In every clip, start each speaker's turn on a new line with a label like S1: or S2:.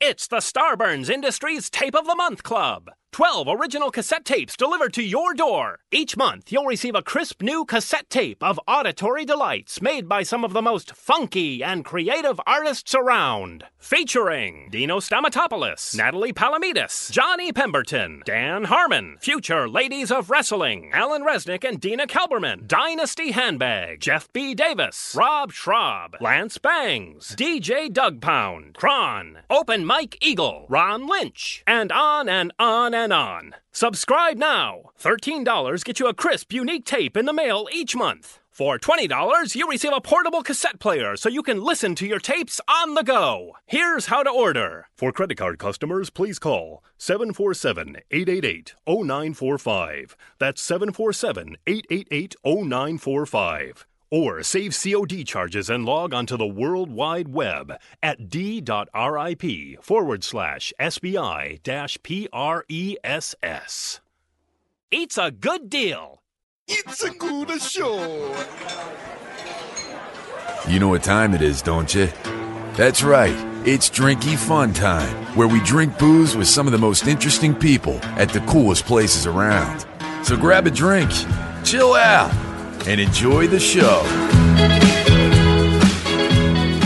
S1: It's the Starburns Industries Tape of the Month Club. 12 original cassette tapes delivered to your door. Each month, you'll receive a crisp new cassette tape of auditory delights made by some of the most funky and creative artists around. Featuring Dino Stamatopoulos, Natalie Palamides, Johnny Pemberton, Dan Harmon, Future Ladies of Wrestling, Alan Resnick and Dina Kalberman, Dynasty Handbag, Jeff B. Davis, Rob Schraub, Lance Bangs, DJ Doug Pound, Kron, Open Mike Eagle, Ron Lynch, and on and on and on. Subscribe now. $13 get you a crisp, unique tape in the mail each month. For $20, you receive a portable cassette player so you can listen to your tapes on the go. Here's how to order.
S2: For credit card customers, please call 747 888 0945. That's 747 888 0945. Or save COD charges and log onto the World Wide Web at d.rip forward slash SBI dash E PRESS.
S1: It's a good deal.
S3: It's a good show.
S4: You know what time it is, don't you? That's right. It's Drinky Fun Time, where we drink booze with some of the most interesting people at the coolest places around. So grab a drink, chill out, and enjoy the show.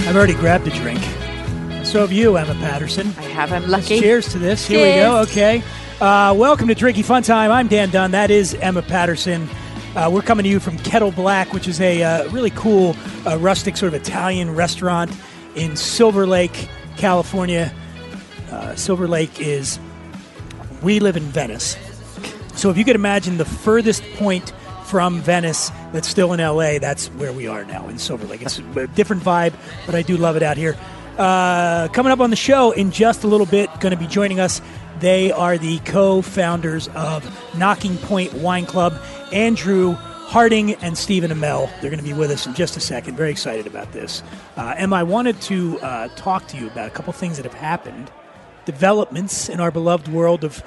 S5: I've already grabbed a drink. So have you, Emma Patterson.
S6: I have. I'm lucky.
S5: Cheers to this. Here we go.
S6: Cheers.
S5: Okay. Uh, welcome to Drinky Fun Time. I'm Dan Dunn. That is Emma Patterson. Uh, we're coming to you from Kettle Black, which is a uh, really cool, uh, rustic sort of Italian restaurant in Silver Lake, California. Uh, Silver Lake is. We live in Venice. So if you could imagine the furthest point from Venice that's still in LA, that's where we are now in Silver Lake. It's a different vibe, but I do love it out here. Uh, coming up on the show in just a little bit, going to be joining us. They are the co-founders of Knocking Point Wine Club, Andrew Harding and Stephen Amell. They're going to be with us in just a second. Very excited about this. Uh, Em, I wanted to uh, talk to you about a couple things that have happened, developments in our beloved world of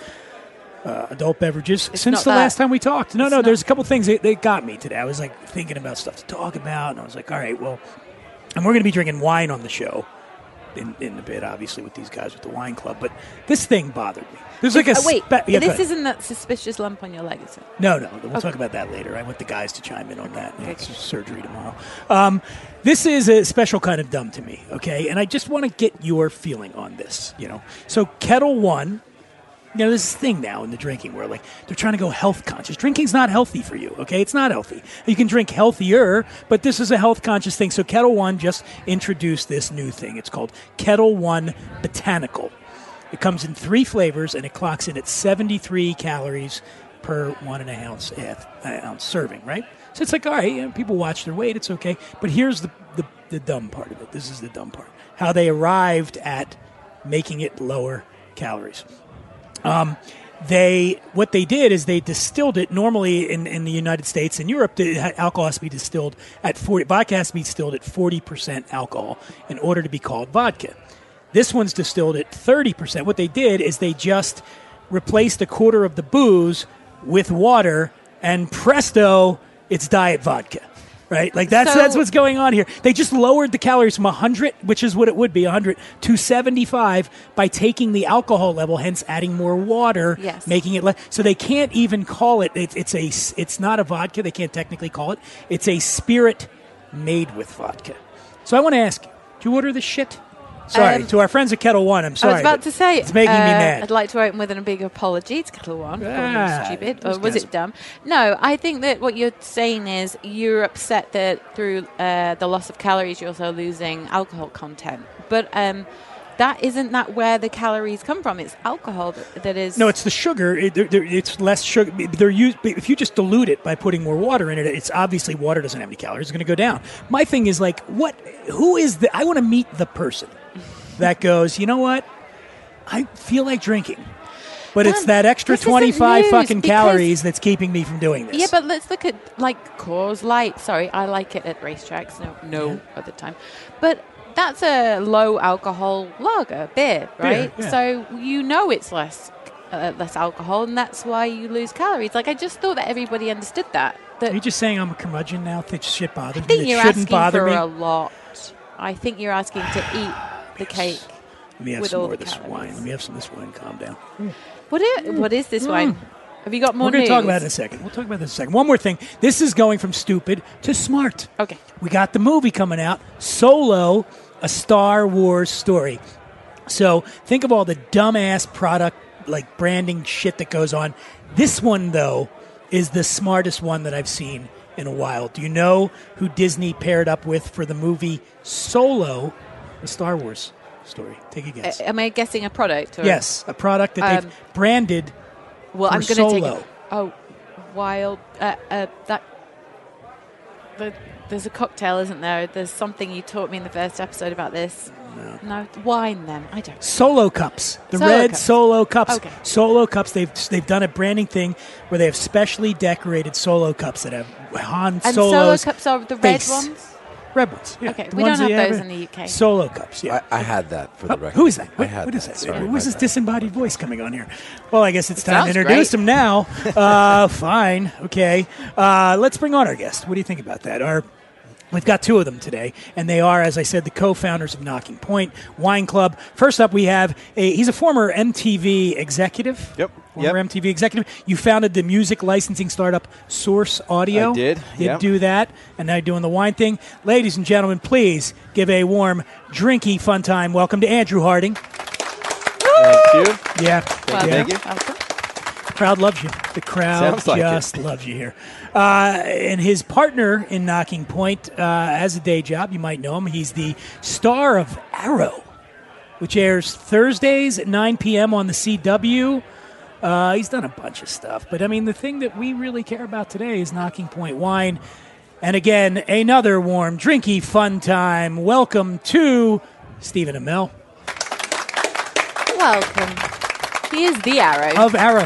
S5: uh, adult beverages since
S6: not
S5: the
S6: that.
S5: last time we talked. No, no,
S6: not-
S5: there's a couple things that, that got me today. I was like thinking about stuff to talk about, and I was like, all right, well, and we're going to be drinking wine on the show in, in a bit, obviously, with these guys with the wine club. But this thing bothered me. There's like a
S6: Oh, wait,
S5: spe- yeah, go
S6: this
S5: ahead.
S6: isn't that suspicious lump on your leg, is it?
S5: No, no, we'll
S6: Okay.
S5: talk about that later. I want the guys to chime in on that. Yeah,
S6: Okay,
S5: it's
S6: good.
S5: surgery tomorrow. Um, this is a special kind of dumb to me, okay? And I just want to get your feeling on this, you know? So, Kettle One, you know, this thing now in the drinking world, like they're trying to go health conscious. Drinking's not healthy for you, okay? It's not healthy. You can drink healthier, but this is a health conscious thing. So, Kettle One just introduced this new thing. It's called Kettle One Botanical. It comes in three flavors and it clocks in at 73 calories per one and a ounce, eh, uh, ounce serving, right? So it's like, all right, you know, people watch their weight, it's okay. But here's the, the, the dumb part of it. This is the dumb part. How they arrived at making it lower calories they what they did is they distilled it normally in, in the united states and europe the ha- alcohol has to be distilled at 40 vodka has to be distilled at 40% alcohol in order to be called vodka this one's distilled at 30% what they did is they just replaced a quarter of the booze with water and presto it's diet vodka right like that's
S6: So-
S5: that's what's going on here they just lowered the calories from 100 which is what it would be 100 to 75 by taking the alcohol level hence adding more water
S6: Yes.
S5: making it less. So they can't even call it. It's it's a. s- It's not a vodka. They can't technically call it. It's a spirit made with vodka. So I want to ask you: Do you order this shit? Sorry
S6: Um,
S5: to our friends at Kettle One. I'm sorry.
S6: I was about
S5: but
S6: to say,
S5: it's making me
S6: uh,
S5: mad.
S6: I'd like to open with a big apology to Kettle One. for calling them
S5: Yeah,
S6: stupid,
S5: those
S6: or was
S5: guys-
S6: it dumb? No, I think that what you're saying is you're upset that through uh, the loss of calories you're also losing alcohol content, but um, that isn't that where the calories come from. It's alcohol that, that is.
S5: No, it's the sugar. It, they're, they're- it's less sugar. They're used, if you just dilute it by putting more water in it, it's obviously water doesn't have any calories. It's going to go down. My thing is like, what? Who is the? I want to meet the person that goes. You know what? I feel like drinking, but it's
S6: Dan,
S5: that extra
S6: this isn't
S5: twenty five
S6: news
S5: fucking
S6: because-
S5: calories that's keeping me from doing this.
S6: Yeah, but let's look at like Coors Light. Sorry, I like it at racetracks. No, no other time. But that's a low alcohol lager beer, right?
S5: yeah.
S6: So you know it's less uh, less alcohol, and that's why you lose calories. Like I just thought that everybody understood that. That
S5: Are you just saying I'm a curmudgeon now? That shit bothers
S6: I
S5: me.
S6: think
S5: That
S6: you're
S5: shouldn't
S6: asking
S5: bother
S6: for
S5: me.
S6: a lot. I think you're asking to eat the cake.
S5: Let me have
S6: with
S5: some
S6: all
S5: more of
S6: the
S5: this
S6: calories.
S5: wine. Let me have some of this wine. Calm down.
S6: What is, what is this wine? Have you got more
S5: Mm. We're going to talk
S6: news?
S5: about it in a second. We'll talk about this in a second. One more thing. This is going from stupid to smart.
S6: Okay.
S5: We got the movie coming out Solo, a Star Wars story. So think of all the dumbass product, like branding shit that goes on. This one, though, is the smartest one that I've seen in a while. Do you know who Disney paired up with for the movie Solo, a Star Wars story? Take a guess.
S6: Uh, Am I guessing a product? Or
S5: yes, a product that
S6: Um,
S5: they've branded.
S6: Well,
S5: for
S6: I'm going to take
S5: Solo.
S6: it. Oh, wild. Uh, uh, that. The, there's a cocktail, isn't there? There's something you taught me in the first episode about this. No. wine then. I don't.
S5: Solo cups, the
S6: Solo
S5: red
S6: cups.
S5: solo cups.
S6: Okay.
S5: Solo cups. They've they've done a branding thing where they have specially decorated solo cups that have Han
S6: And solo
S5: Solo's
S6: cups are the
S5: face.
S6: red ones.
S5: Red ones. yeah.
S6: Okay,
S5: The
S6: we
S5: ones
S6: don't
S5: that
S6: have
S5: you
S6: those in the UK.
S5: Solo cups. Yeah.
S7: I, I had that for the record.
S5: Oh, Who is that?
S7: I
S5: What-
S7: had
S5: what is that?
S7: Sorry,
S5: Who's
S7: my
S5: this
S7: bad.
S5: disembodied voice coming on here? Well, I guess it's time to
S6: sounds
S5: introduce
S6: great.
S5: him now. Uh, fine. Okay. Uh, let's bring on our guest. What do you think about that? Our We've got two of them today, and they are, as I said, the co-founders of Knocking Point Wine Club. First up, we have a, he's a former MTV executive.
S7: Yep.
S5: Former
S7: Yep.
S5: MTV executive. You founded the music licensing startup Source Audio.
S7: I did,
S5: Did
S7: yep.
S5: do that, and now you're doing the wine thing. Ladies and gentlemen, please give a warm, drinky fun time welcome to Andrew Harding.
S7: Thank you.
S5: Yeah. yeah.
S6: Well
S7: Thank
S6: done.
S7: you.
S6: Well done.
S5: crowd loves you. The crowd
S7: Sounds like it.
S5: just loves you here. Uh, and his partner in Knocking Point uh, has a day job. You might know him. He's the star of Arrow, which airs Thursdays at 9 p.m. on the CW. Uh, he's done a bunch of stuff. But I mean, the thing that we really care about today is Knocking Point Wine. And again, another warm, drinky, fun time. Welcome to Stephen Amell
S6: Welcome. He is the arrow.
S5: of Arrow.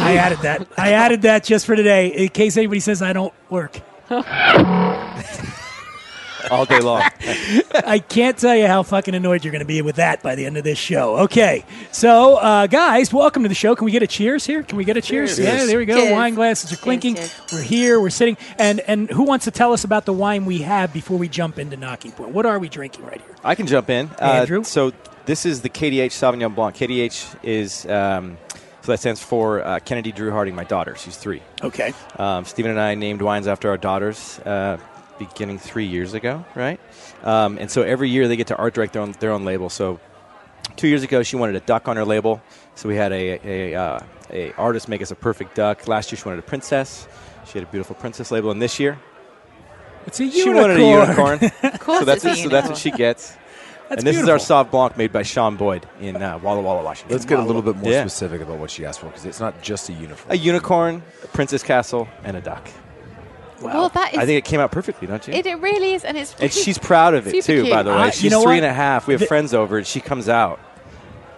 S5: I added that. I added that just for today in case anybody says I don't work.
S7: All day long.
S5: I can't tell you how fucking annoyed you're going to be with that by the end of this show. Okay, so uh, guys, welcome to the show. Can we get a cheers here? Can we get a cheers? Yeah, there we go.
S6: Cheers.
S5: Wine glasses are clinking.
S6: cheers.
S5: We're here. We're sitting. And and who wants to tell us about the wine we have before we jump into knocking point? What are we drinking right here?
S8: I can jump in.
S5: Andrew?
S8: Uh, so this is the KDH Sauvignon Blanc. KDH is um, so that stands for uh, Kennedy Drew Harding, my daughter. She's three.
S5: Okay.
S8: Um, Stephen and I named wines after our daughters uh, beginning three years ago, right? Um, and so every year they get to art direct their own, their own label. So two years ago she wanted a duck on her label, so we had a, a, uh, a artist make us a perfect duck. Last year she wanted a princess. She had a beautiful princess label, and this year
S5: It's a
S8: she
S5: unicorn.
S8: wanted a unicorn.
S6: Of course,
S8: so that's
S6: it's a
S8: so that's
S6: unicorn.
S8: what she gets and
S5: That's
S8: this
S5: beautiful.
S8: is our Sauv Blanc made by Sean Boyd in uh, Walla Walla, Washington.
S7: Let's get a little bit more
S8: Yeah.
S7: specific about what she asked for because it's not just a uniform.
S8: a unicorn, a princess castle, and a duck.
S6: Well, that is.
S8: I think it came out perfectly, don't you?
S6: it, it really is, and it's.
S8: and
S6: really-
S8: she's proud of it
S6: Super
S8: too,
S6: cute.
S8: by the way.
S5: I- you
S8: she's
S5: know
S8: three
S5: what?
S8: and a half. We have
S5: The-
S8: friends over, and she comes out.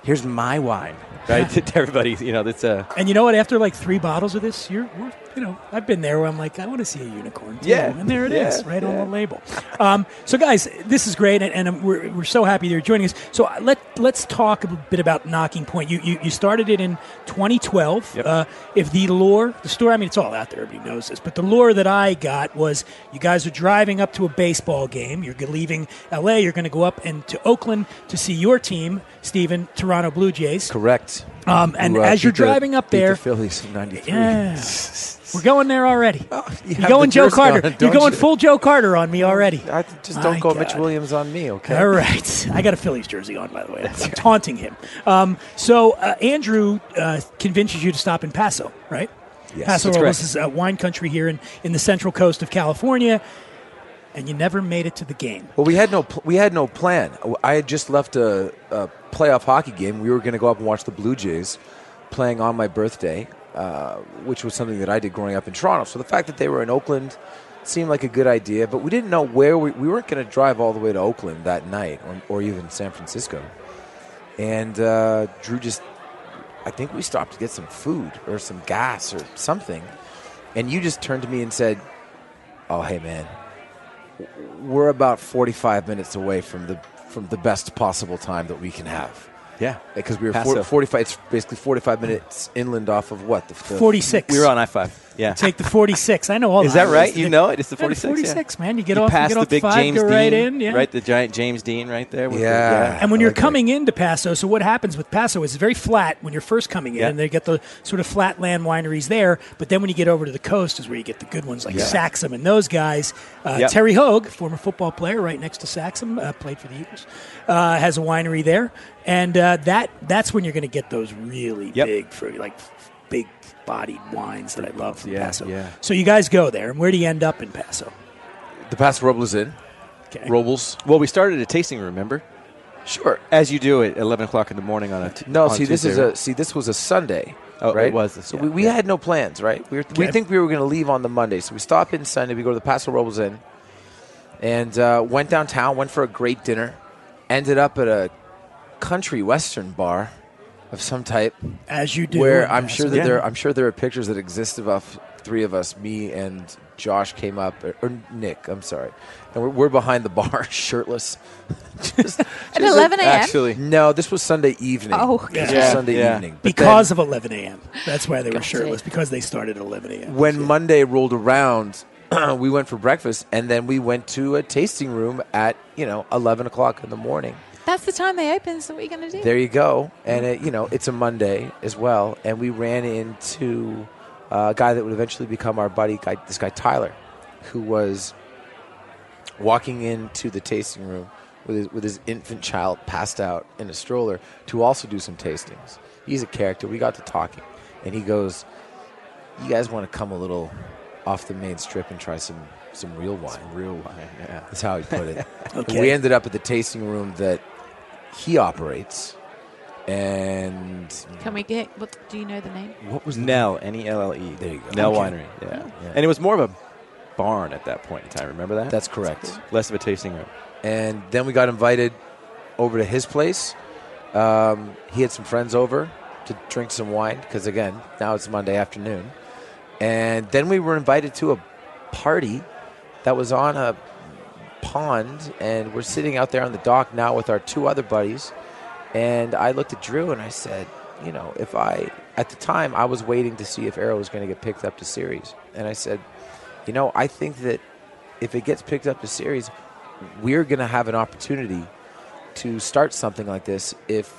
S8: Here's my wine, right? to everybody, you know, that's uh, a
S5: And you know what? After like three bottles of this, you're, we're- you know, I've been there where I'm like, I want to see a unicorn. Too.
S8: Yeah.
S5: And there it is,
S8: Yeah.
S5: right on the label. Um, so, guys, this is great, and, and um, we're, we're so happy you're joining us. So, uh, let, let's talk a bit about Knocking Point. You, you, you started it in 2012.
S8: Yep.
S5: Uh, if the lore, the story, I mean, it's all out there, everybody knows this, but the lore that I got was you guys are driving up to a baseball game. You're g- leaving LA, you're going to go up and to Oakland to see your team, Stephen, Toronto Blue Jays.
S7: Correct.
S5: Um, and
S7: Who, uh,
S5: as you're
S7: beat the-
S5: driving up
S7: beat
S5: there,
S7: the Phillies in '93.
S5: yeah. We're going there already.
S8: Oh,
S7: you
S5: You're
S7: have
S5: going
S7: the
S5: Joe
S7: juice
S5: Carter.
S7: going,
S5: You're
S7: don't
S5: going
S7: you?
S5: full Joe Carter on me already.
S7: I just
S5: My
S7: don't go
S5: God.
S7: Mitch Williams on me, okay?
S5: All right. I got a Phillies jersey on, by the way. I'm taunting him. Um, so uh, Andrew uh, convinces you to stop in Paso, right? Paso
S7: Yes, that's
S5: Robles
S7: correct.
S5: is uh, wine country here in, in the central coast of California, and you never made it to the game.
S7: Well, we had no pl- we had no plan. I had just left a, a playoff hockey game. We were going to go up and watch the Blue Jays playing on my birthday, uh, which was something that I did growing up in Toronto. So the fact that they were in Oakland seemed like a good idea, but we didn't know where we we weren't going to drive all the way to Oakland that night, or, or even San Francisco. And uh, Drew just, I think we stopped to get some food or some gas or something, and you just turned to me and said, "Oh, hey man." we're about 45 minutes away from the from the best possible time that we can have
S8: yeah.
S7: because we were
S8: Paso.
S7: four, 45 it's basically 45 minutes inland off of what the, the
S5: 46.
S8: We were on I five. Yeah.
S5: Take the 46. I know all
S8: Is that
S5: those.
S8: right? You know it. It's the
S5: Yeah,
S8: 46. yeah.
S5: 46, man. You get
S8: You
S5: off, you
S8: pass
S5: get
S8: the
S5: off
S8: big
S5: five,
S8: James
S5: go right
S8: Dean,
S5: in. Yeah.
S8: right? The giant James Dean right there. with the-
S7: Yeah.
S5: And when
S7: I
S5: you're
S7: like that.
S5: coming into Paso, so what happens with Paso is it's very flat when you're first coming in,
S8: Yeah.
S5: and they get the sort of flat land wineries there. But then when you get over to the coast is where you get the good ones like Saxum and those guys. Uh,
S8: Yeah.
S5: Terry Hogue, former football player, right next to Saxum, uh, played for the Eagles, uh, has a winery there, and uh, that that's when you're going to get those really
S8: Yep.
S5: big fruit, like big bodied wines that I love from
S8: Yeah,
S5: Paso.
S8: yeah.
S5: So you guys go there, and where do you end up in Paso?
S7: The Paso Robles Inn.
S5: Okay.
S7: Robles.
S8: Well, we started a tasting room, remember?
S7: Sure.
S8: As you do at 11 o'clock in the morning on a t-
S7: No,
S8: on
S7: see, this is
S8: Tuesday.
S7: a see, this was a Sunday.
S8: Oh, it
S7: right?
S8: was a-
S7: so
S8: yeah,
S7: we, we
S8: yeah.
S7: had no plans, right? We, were, we
S5: Okay.
S7: think we were going to leave on the Monday, so we stop in Sunday. We go to the Paso Robles Inn, and uh, went downtown. Went for a great dinner. Ended up at a country western bar of some type,
S5: As you do, in
S7: where I'm
S5: Paso.
S7: sure that
S8: Yeah.
S7: there I'm sure there are pictures that exist of us, three of us, me and Josh came up or, or Nick. I'm sorry, and we're, we're behind the bar, shirtless. just,
S6: At 11 a.m.?
S8: Actually,
S7: no, this was Sunday evening.
S6: Oh,
S5: Yeah.
S7: This was
S8: Yeah,
S7: Sunday
S8: yeah.
S7: evening. But
S5: because
S7: then
S5: of 11 a.m. That's why they were
S6: Gotcha.
S5: shirtless because they started at 11 a.m.
S7: when Monday rolled around, we went for breakfast and then we went to a tasting room at you know 11 o'clock in the morning.
S6: That's the time they open, so what are you going to do?
S7: There you go, and it, you know it's a Monday as well. And we ran into uh, a guy that would eventually become our buddy, guy, this guy Tyler, who was walking into the tasting room with his, with his infant child passed out in a stroller to also do some tastings. He's a character. We got to talking, and he goes, "You guys want to come a little off the main strip and try some some real wine?"
S8: real wine. Yeah.
S7: That's how he put it.
S5: Okay.
S7: We ended up at the tasting room that he operates, and
S6: Can we get, what, do you know the name?
S7: what was
S8: Nell, N E L L E.
S7: There you go.
S8: Nell
S7: Okay.
S8: Winery. Yeah. And it was more of a barn at that point in time. Remember that?
S7: That's correct.
S8: less of a tasting room.
S7: And then we got invited over to his place. Um, he had some friends over to drink some wine because again, now it's Monday afternoon. And then we were invited to a party that was on a pond, and we're sitting out there on the dock now with our two other buddies. And I looked at Drew and I said, you know, if I, at the time, I was waiting to see if Arrow was going to get picked up to series. And I said, you know, I think that if it gets picked up to series, we're going to have an opportunity to start something like this if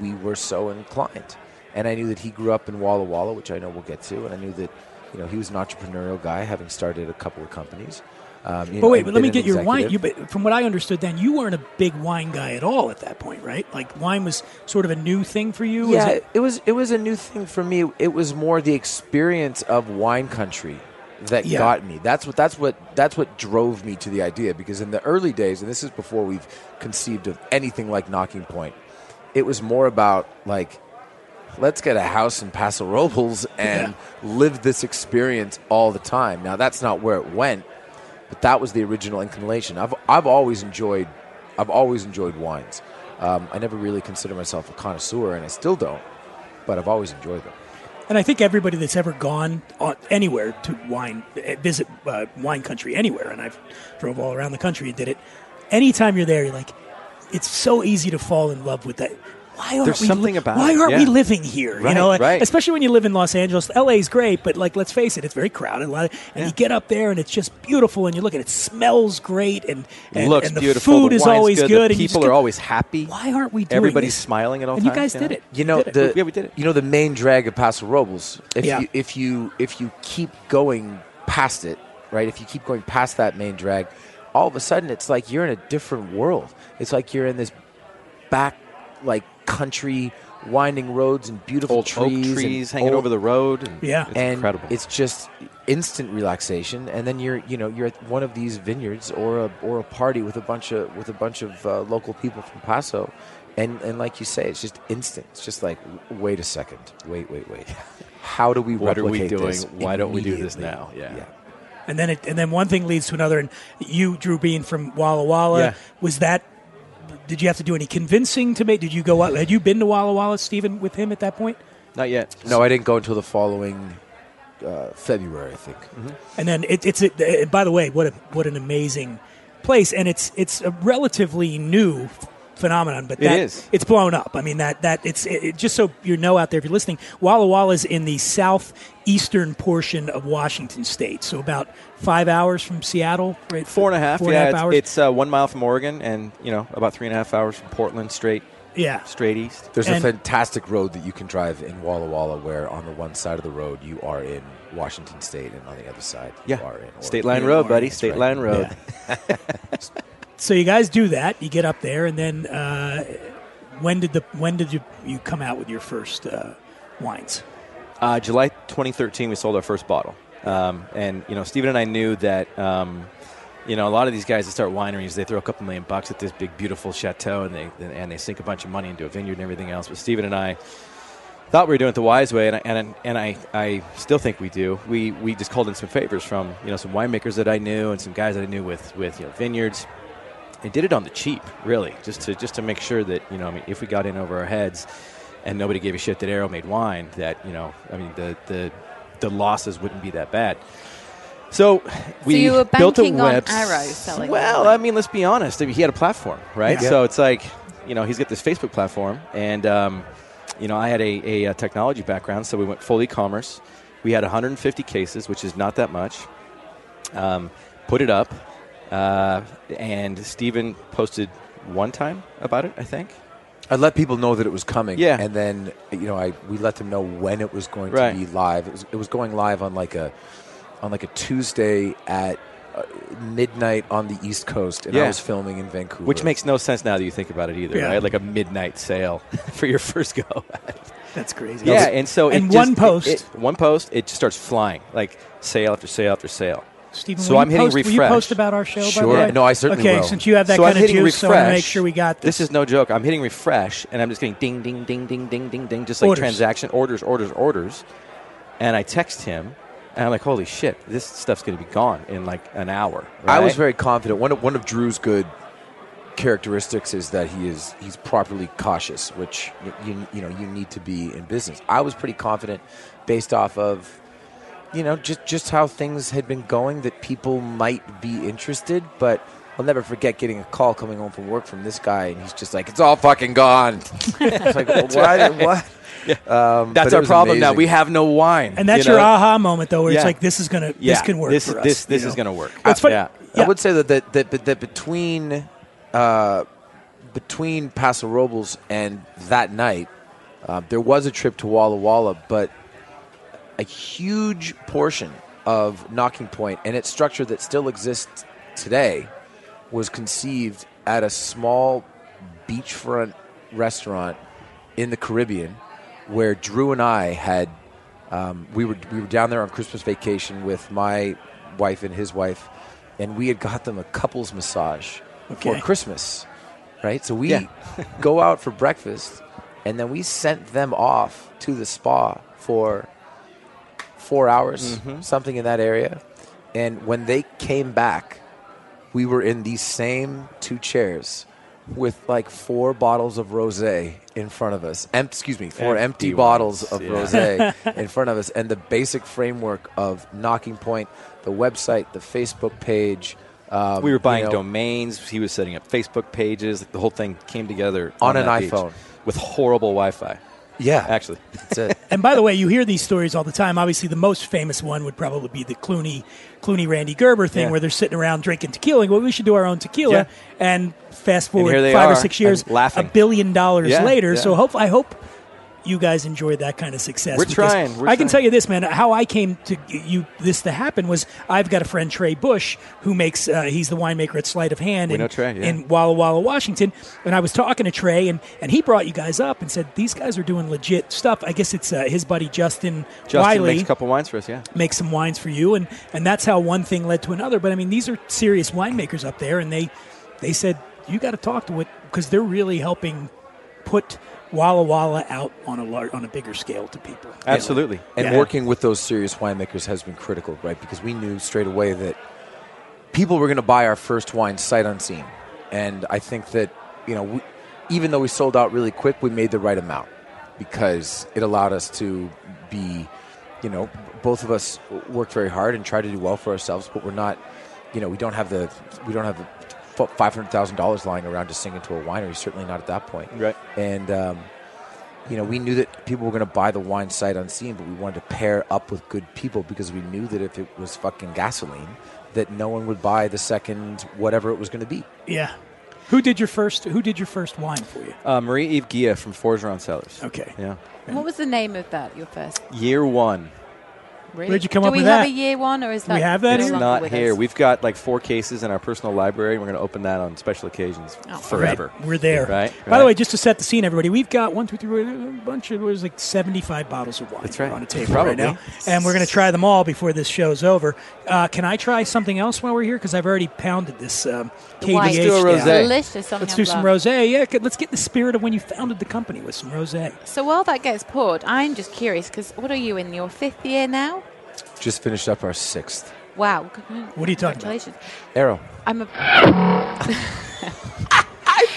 S7: we were so inclined. And I knew that he grew up in Walla Walla, which I know we'll get to. And I knew that, you know, he was an entrepreneurial guy, having started a couple of companies. Um,
S5: But
S7: you know,
S5: wait,
S7: and
S5: but let
S7: been
S5: me
S7: an
S5: get your wine. You,
S7: executive.
S5: but from what I understood, then you weren't a big wine guy at all at that point, right? Like wine was sort of a new thing for you.
S7: yeah,
S5: Was
S7: it?
S5: it-
S7: was it was a new thing for me. It was more the experience of wine country that
S5: Yeah.
S7: got me. That's what that's what that's what drove me to the idea because in the early days, and this is before we've conceived of anything like Knocking Point, it was more about like let's get a house in Paso Robles and live this experience all the time. Now that's not where it went, but that was the original inclination. I've I've always enjoyed I've always enjoyed wines. Um, I never really consider myself a connoisseur, and I still don't. But I've always enjoyed them.
S5: and I think everybody that's ever gone on, anywhere to wine eh, visit uh, wine country anywhere, and I've drove all around the country and did it. Anytime you're there, you're like, it's so easy to fall in love with that. Why aren't
S8: There's
S5: we
S8: something about
S5: why
S8: it,
S5: aren't we
S8: yeah.
S5: living here? you
S8: Right,
S5: know,
S8: right.
S5: especially when you live in Los Angeles. LA's great, but like let's face it, it's very crowded. A lot of, and you get up there and it's just beautiful, and you look and it smells great, and, and,
S8: Looks
S5: and the
S8: beautiful.
S5: food
S8: the
S5: is
S8: wine's
S5: always good.
S8: The
S5: and you just
S8: people
S5: get-
S8: are always happy.
S5: Why aren't we doing
S8: Everybody's
S5: this?
S8: smiling at all
S5: And you
S8: times,
S5: guys
S8: you
S5: did
S8: know?
S5: it.
S7: You know
S5: did it.
S7: the
S8: Yeah, we did it.
S7: you know the main drag of Paso Robles. If
S5: Yeah.
S7: you if you if you keep going past it, right? If you keep going past that main drag, all of a sudden it's like you're in a different world. It's like you're in this back like country winding roads and beautiful
S8: Old oak
S7: trees, and
S8: trees hanging
S7: old-
S8: over the road. and
S5: Yeah.
S8: It's
S7: and
S8: incredible.
S7: it's just instant relaxation and then you're you know you're at one of these vineyards or a or a party with a bunch of with a bunch of uh, local people from Paso and and like you say it's just instant it's just like w- wait a second wait wait wait how do we
S8: What are we
S7: replicate this
S8: doing? Why don't we do this
S7: immediately?
S8: now? Yeah.
S5: and then it, and then one thing leads to another. And you, Drew Bean from Walla Walla,
S8: Yeah.
S5: was that? Did you have to do any convincing to make? Did you go? out? Had you been to Walla Walla, Stephen, with him at that point?
S8: Not yet.
S7: no I didn't go until the following uh, February I think
S8: Mm-hmm.
S5: And then it, it's it, eh, by the way, what a what an amazing place, and it's it's a relatively new phenomenon, but
S8: It
S5: that,
S8: is.
S5: it's blown up. I mean that that it's it, it- just so you know out there if you're listening, Walla Walla is in the southeastern portion of Washington State, so about five hours from Seattle. Right,
S8: Four and a half.
S5: Four and
S8: yeah,
S5: a half
S8: it's,
S5: hours.
S8: it's uh, one mile from Oregon, and you know about three and a half hours from Portland, straight
S5: yeah,
S8: straight east.
S7: There's
S5: And-
S7: a fantastic road that you can drive in Walla Walla where on the one side of the road you are in Washington State and on the other side you are in Oregon.
S8: State Line
S7: You're in
S8: Road,
S7: Oregon,
S8: buddy.
S7: that's
S8: State
S7: right.
S8: Line Road.
S5: So you guys do that. You get up there, and then uh, when did the when did you, you come out with your first uh, wines?
S8: Uh, July 2013, we sold our first bottle, um, and you know Steven and I knew that. Um, you know, a lot of these guys that start wineries, they throw a couple million bucks at this big, beautiful chateau, and they and they sink a bunch of money into a vineyard and everything else. But Steven and I thought we were doing it the wise way, and I, and I- and I, I still think we do. We we just called in some favors from you know some winemakers that I knew and some guys that I knew with with you know vineyards, and did it on the cheap, really, just to just to make sure that you know, I mean, if we got in over our heads, and nobody gave a shit that Arrow made wine, that you know, I mean, the the the losses wouldn't be that bad. So we
S6: you were
S8: built a
S6: banking on
S8: webs-
S6: Arrow selling
S8: Well,
S6: wine.
S8: I mean, let's be honest. I mean, he had a platform, right?
S5: Yeah.
S8: So it's like, you know, he's got this Facebook platform, and um, you know, I had a, a, uh technology background, so we went full e-commerce. We had 150 cases, which is not that much. Um, put it up, uh, and Steven posted one time about it, I think.
S7: I let people know that it was coming.
S8: Yeah.
S7: And then, you know, I we let them know when it was going
S8: Right.
S7: to be live. It was, it was going live on like a on like a Tuesday at uh, midnight on the East Coast, and I
S8: Yeah.
S7: was filming in Vancouver.
S8: Which makes no sense now that you think about it either,
S5: Yeah.
S8: right? Like a midnight sale for your first go.
S5: That's crazy.
S8: yeah, and so
S5: and
S8: it
S5: one
S8: just- it-
S5: post.
S8: it- one post, it just starts flying like sale after sale after sale.
S5: Stephen,
S8: so
S5: will
S8: I'm
S5: you
S8: hitting
S5: post, will
S8: refresh.
S5: you post about our show? By
S7: Sure.
S5: the way?
S7: No, I certainly
S5: okay,
S7: will.
S5: since you have that
S8: so
S5: kind
S8: I'm
S5: of
S8: hitting
S5: juice, I want
S8: refresh.
S5: to make sure we got this.
S8: This is no joke. I'm hitting refresh, and I'm just getting ding, ding, ding, ding, ding, ding, ding, just like
S5: Orders.
S8: transaction orders, orders, orders. And I text him, and I'm like, "Holy shit, this stuff's going to be gone in like an hour."
S7: I was
S8: right?
S7: very confident. One of, one of Drew's good characteristics is that he is he's properly cautious, which y- you you know you need to be in business. I was pretty confident based off of you know just just how things had been going that people might be interested, but. I'll never forget getting a call coming home from work from this guy, and he's just like, "It's all fucking gone." it's like, well, why? What? Um,
S8: That's
S7: but it
S8: our
S7: was
S8: problem now.
S7: amazing.
S8: We have no wine,
S5: and that's
S8: you know?
S5: your aha moment though, where it's
S8: Yeah.
S5: like this is gonna
S8: Yeah,
S5: this can work
S8: This
S5: for us.
S8: this, this
S5: you
S8: is
S5: know?
S8: going to work.
S5: That's funny.
S8: Yeah.
S5: Yeah.
S7: I would say that that that, but that between uh, between Paso Robles and that night, uh, there was a trip to Walla Walla, but a huge portion of Knocking Point and its structure that still exists today was conceived at a small beachfront restaurant in the Caribbean, where Drew and I had um, we were we were down there on Christmas vacation with my wife and his wife, and we had got them a couples massage for
S5: Okay.
S7: Christmas, right? So we
S8: Yeah.
S7: go out for breakfast, and then we sent them off to the spa for four hours,
S8: Mm-hmm.
S7: something in that area. And when they came back, we were in these same two chairs with like four bottles of rosé in front of us. Em- excuse me, four empty,
S8: Empty
S7: bottles
S8: ones,
S7: of
S8: yeah.
S7: rosé in front of us, and the basic framework of Knocking Point, the website, the Facebook page. Um,
S8: We were buying
S7: you know,
S8: domains. He was setting up Facebook pages. Like the whole thing came together
S7: On an
S8: that beach
S7: iPhone.
S8: with horrible Wi-Fi.
S7: Yeah,
S8: Actually,
S7: that's it.
S5: And by the way, you hear these stories all the time. Obviously, the most famous one would probably be the Clooney, Clooney Randy Gerber thing,
S8: Yeah.
S5: where they're sitting around drinking tequila. and go, Well, we should do our own tequila.
S8: Yeah.
S5: And fast
S8: And
S5: forward
S8: here they
S5: five or
S8: are,
S5: six years,
S8: and laughing.
S5: a billion dollars
S8: Yeah,
S5: later.
S8: yeah.
S5: So hope I hope you guys enjoyed that kind of success.
S8: We're
S5: because
S8: trying, we're
S5: I can
S8: trying.
S5: tell you this, man. How I came to you this to happen was I've got a friend Trey Bush who makes uh, he's the winemaker at Sleight of Hand in,
S8: know Trey, yeah.
S5: in Walla Walla, Washington, and I was talking to Trey, and, and he brought you guys up and said these guys are doing legit stuff. I guess it's uh, his buddy Justin,
S8: Justin
S5: Wiley
S8: makes a couple wines for us. Yeah.
S5: makes some wines for you, and and that's how one thing led to another. But I mean, these are serious winemakers up there, and they they said you got to talk to what because they're really helping put Walla Walla out on a lar- on a bigger scale to people.
S8: Uh, Absolutely.
S7: And
S5: Yeah.
S7: working with those serious winemakers has been critical, right? Because we knew straight away that people were going to buy our first wine sight unseen. And I think that, you know, we, even though we sold out really quick, we made the right amount because it allowed us to be, you know, both of us worked very hard and tried to do well for ourselves, but we're not, you know, we don't have the, we don't have the five hundred thousand dollars lying around to sink into a winery. Certainly not at that point.
S8: Right.
S7: And um, you know, we knew that people were going to buy the wine sight unseen, but we wanted to pair up with good people because we knew that if it was fucking gasoline, that no one would buy the second whatever it was going to be.
S5: Yeah. Who did your first? Who did your first wine for you?
S8: Uh, Marie Eve Gia from Forgeron Cellars.
S5: Okay.
S8: Yeah.
S6: What was the name of that? Your first.
S8: Year one.
S6: Really?
S5: Where'd you come
S6: Do
S5: up
S6: we
S5: with
S6: have
S5: that?
S6: a year one, or is
S5: Do
S6: that
S5: we have that
S6: no
S8: It's
S5: here?
S6: longer
S8: not
S6: with
S8: here.
S6: us?
S8: We've got like four cases in our personal library, and we're going to open that on special occasions
S6: Oh.
S8: forever.
S5: Right. We're there.
S8: Right,
S5: By the
S8: right.
S5: way, just to set the scene, everybody, we've got one, two, three, four, a bunch of there's like 75 bottles of wine
S8: That's right.
S5: on a table
S8: Probably.
S5: right now, and we're going to try them all before this show's over. Uh, can I try something else while we're here? Because I've already pounded this um,
S6: The white.
S5: KDH
S8: do a
S5: down.
S8: rosé.
S6: Delicious.
S5: Let's
S6: Sauvignon
S5: do some
S6: Blanc.
S5: rosé. Yeah, good. let's get in the spirit of when you founded the company with some rosé.
S6: So while that gets poured, I'm just curious because what are you in your fifth year now?
S7: Just finished up our sixth
S6: Wow.
S5: What are you talking about?
S6: Congratulations.
S7: arrow.
S6: I'm a. I bought it.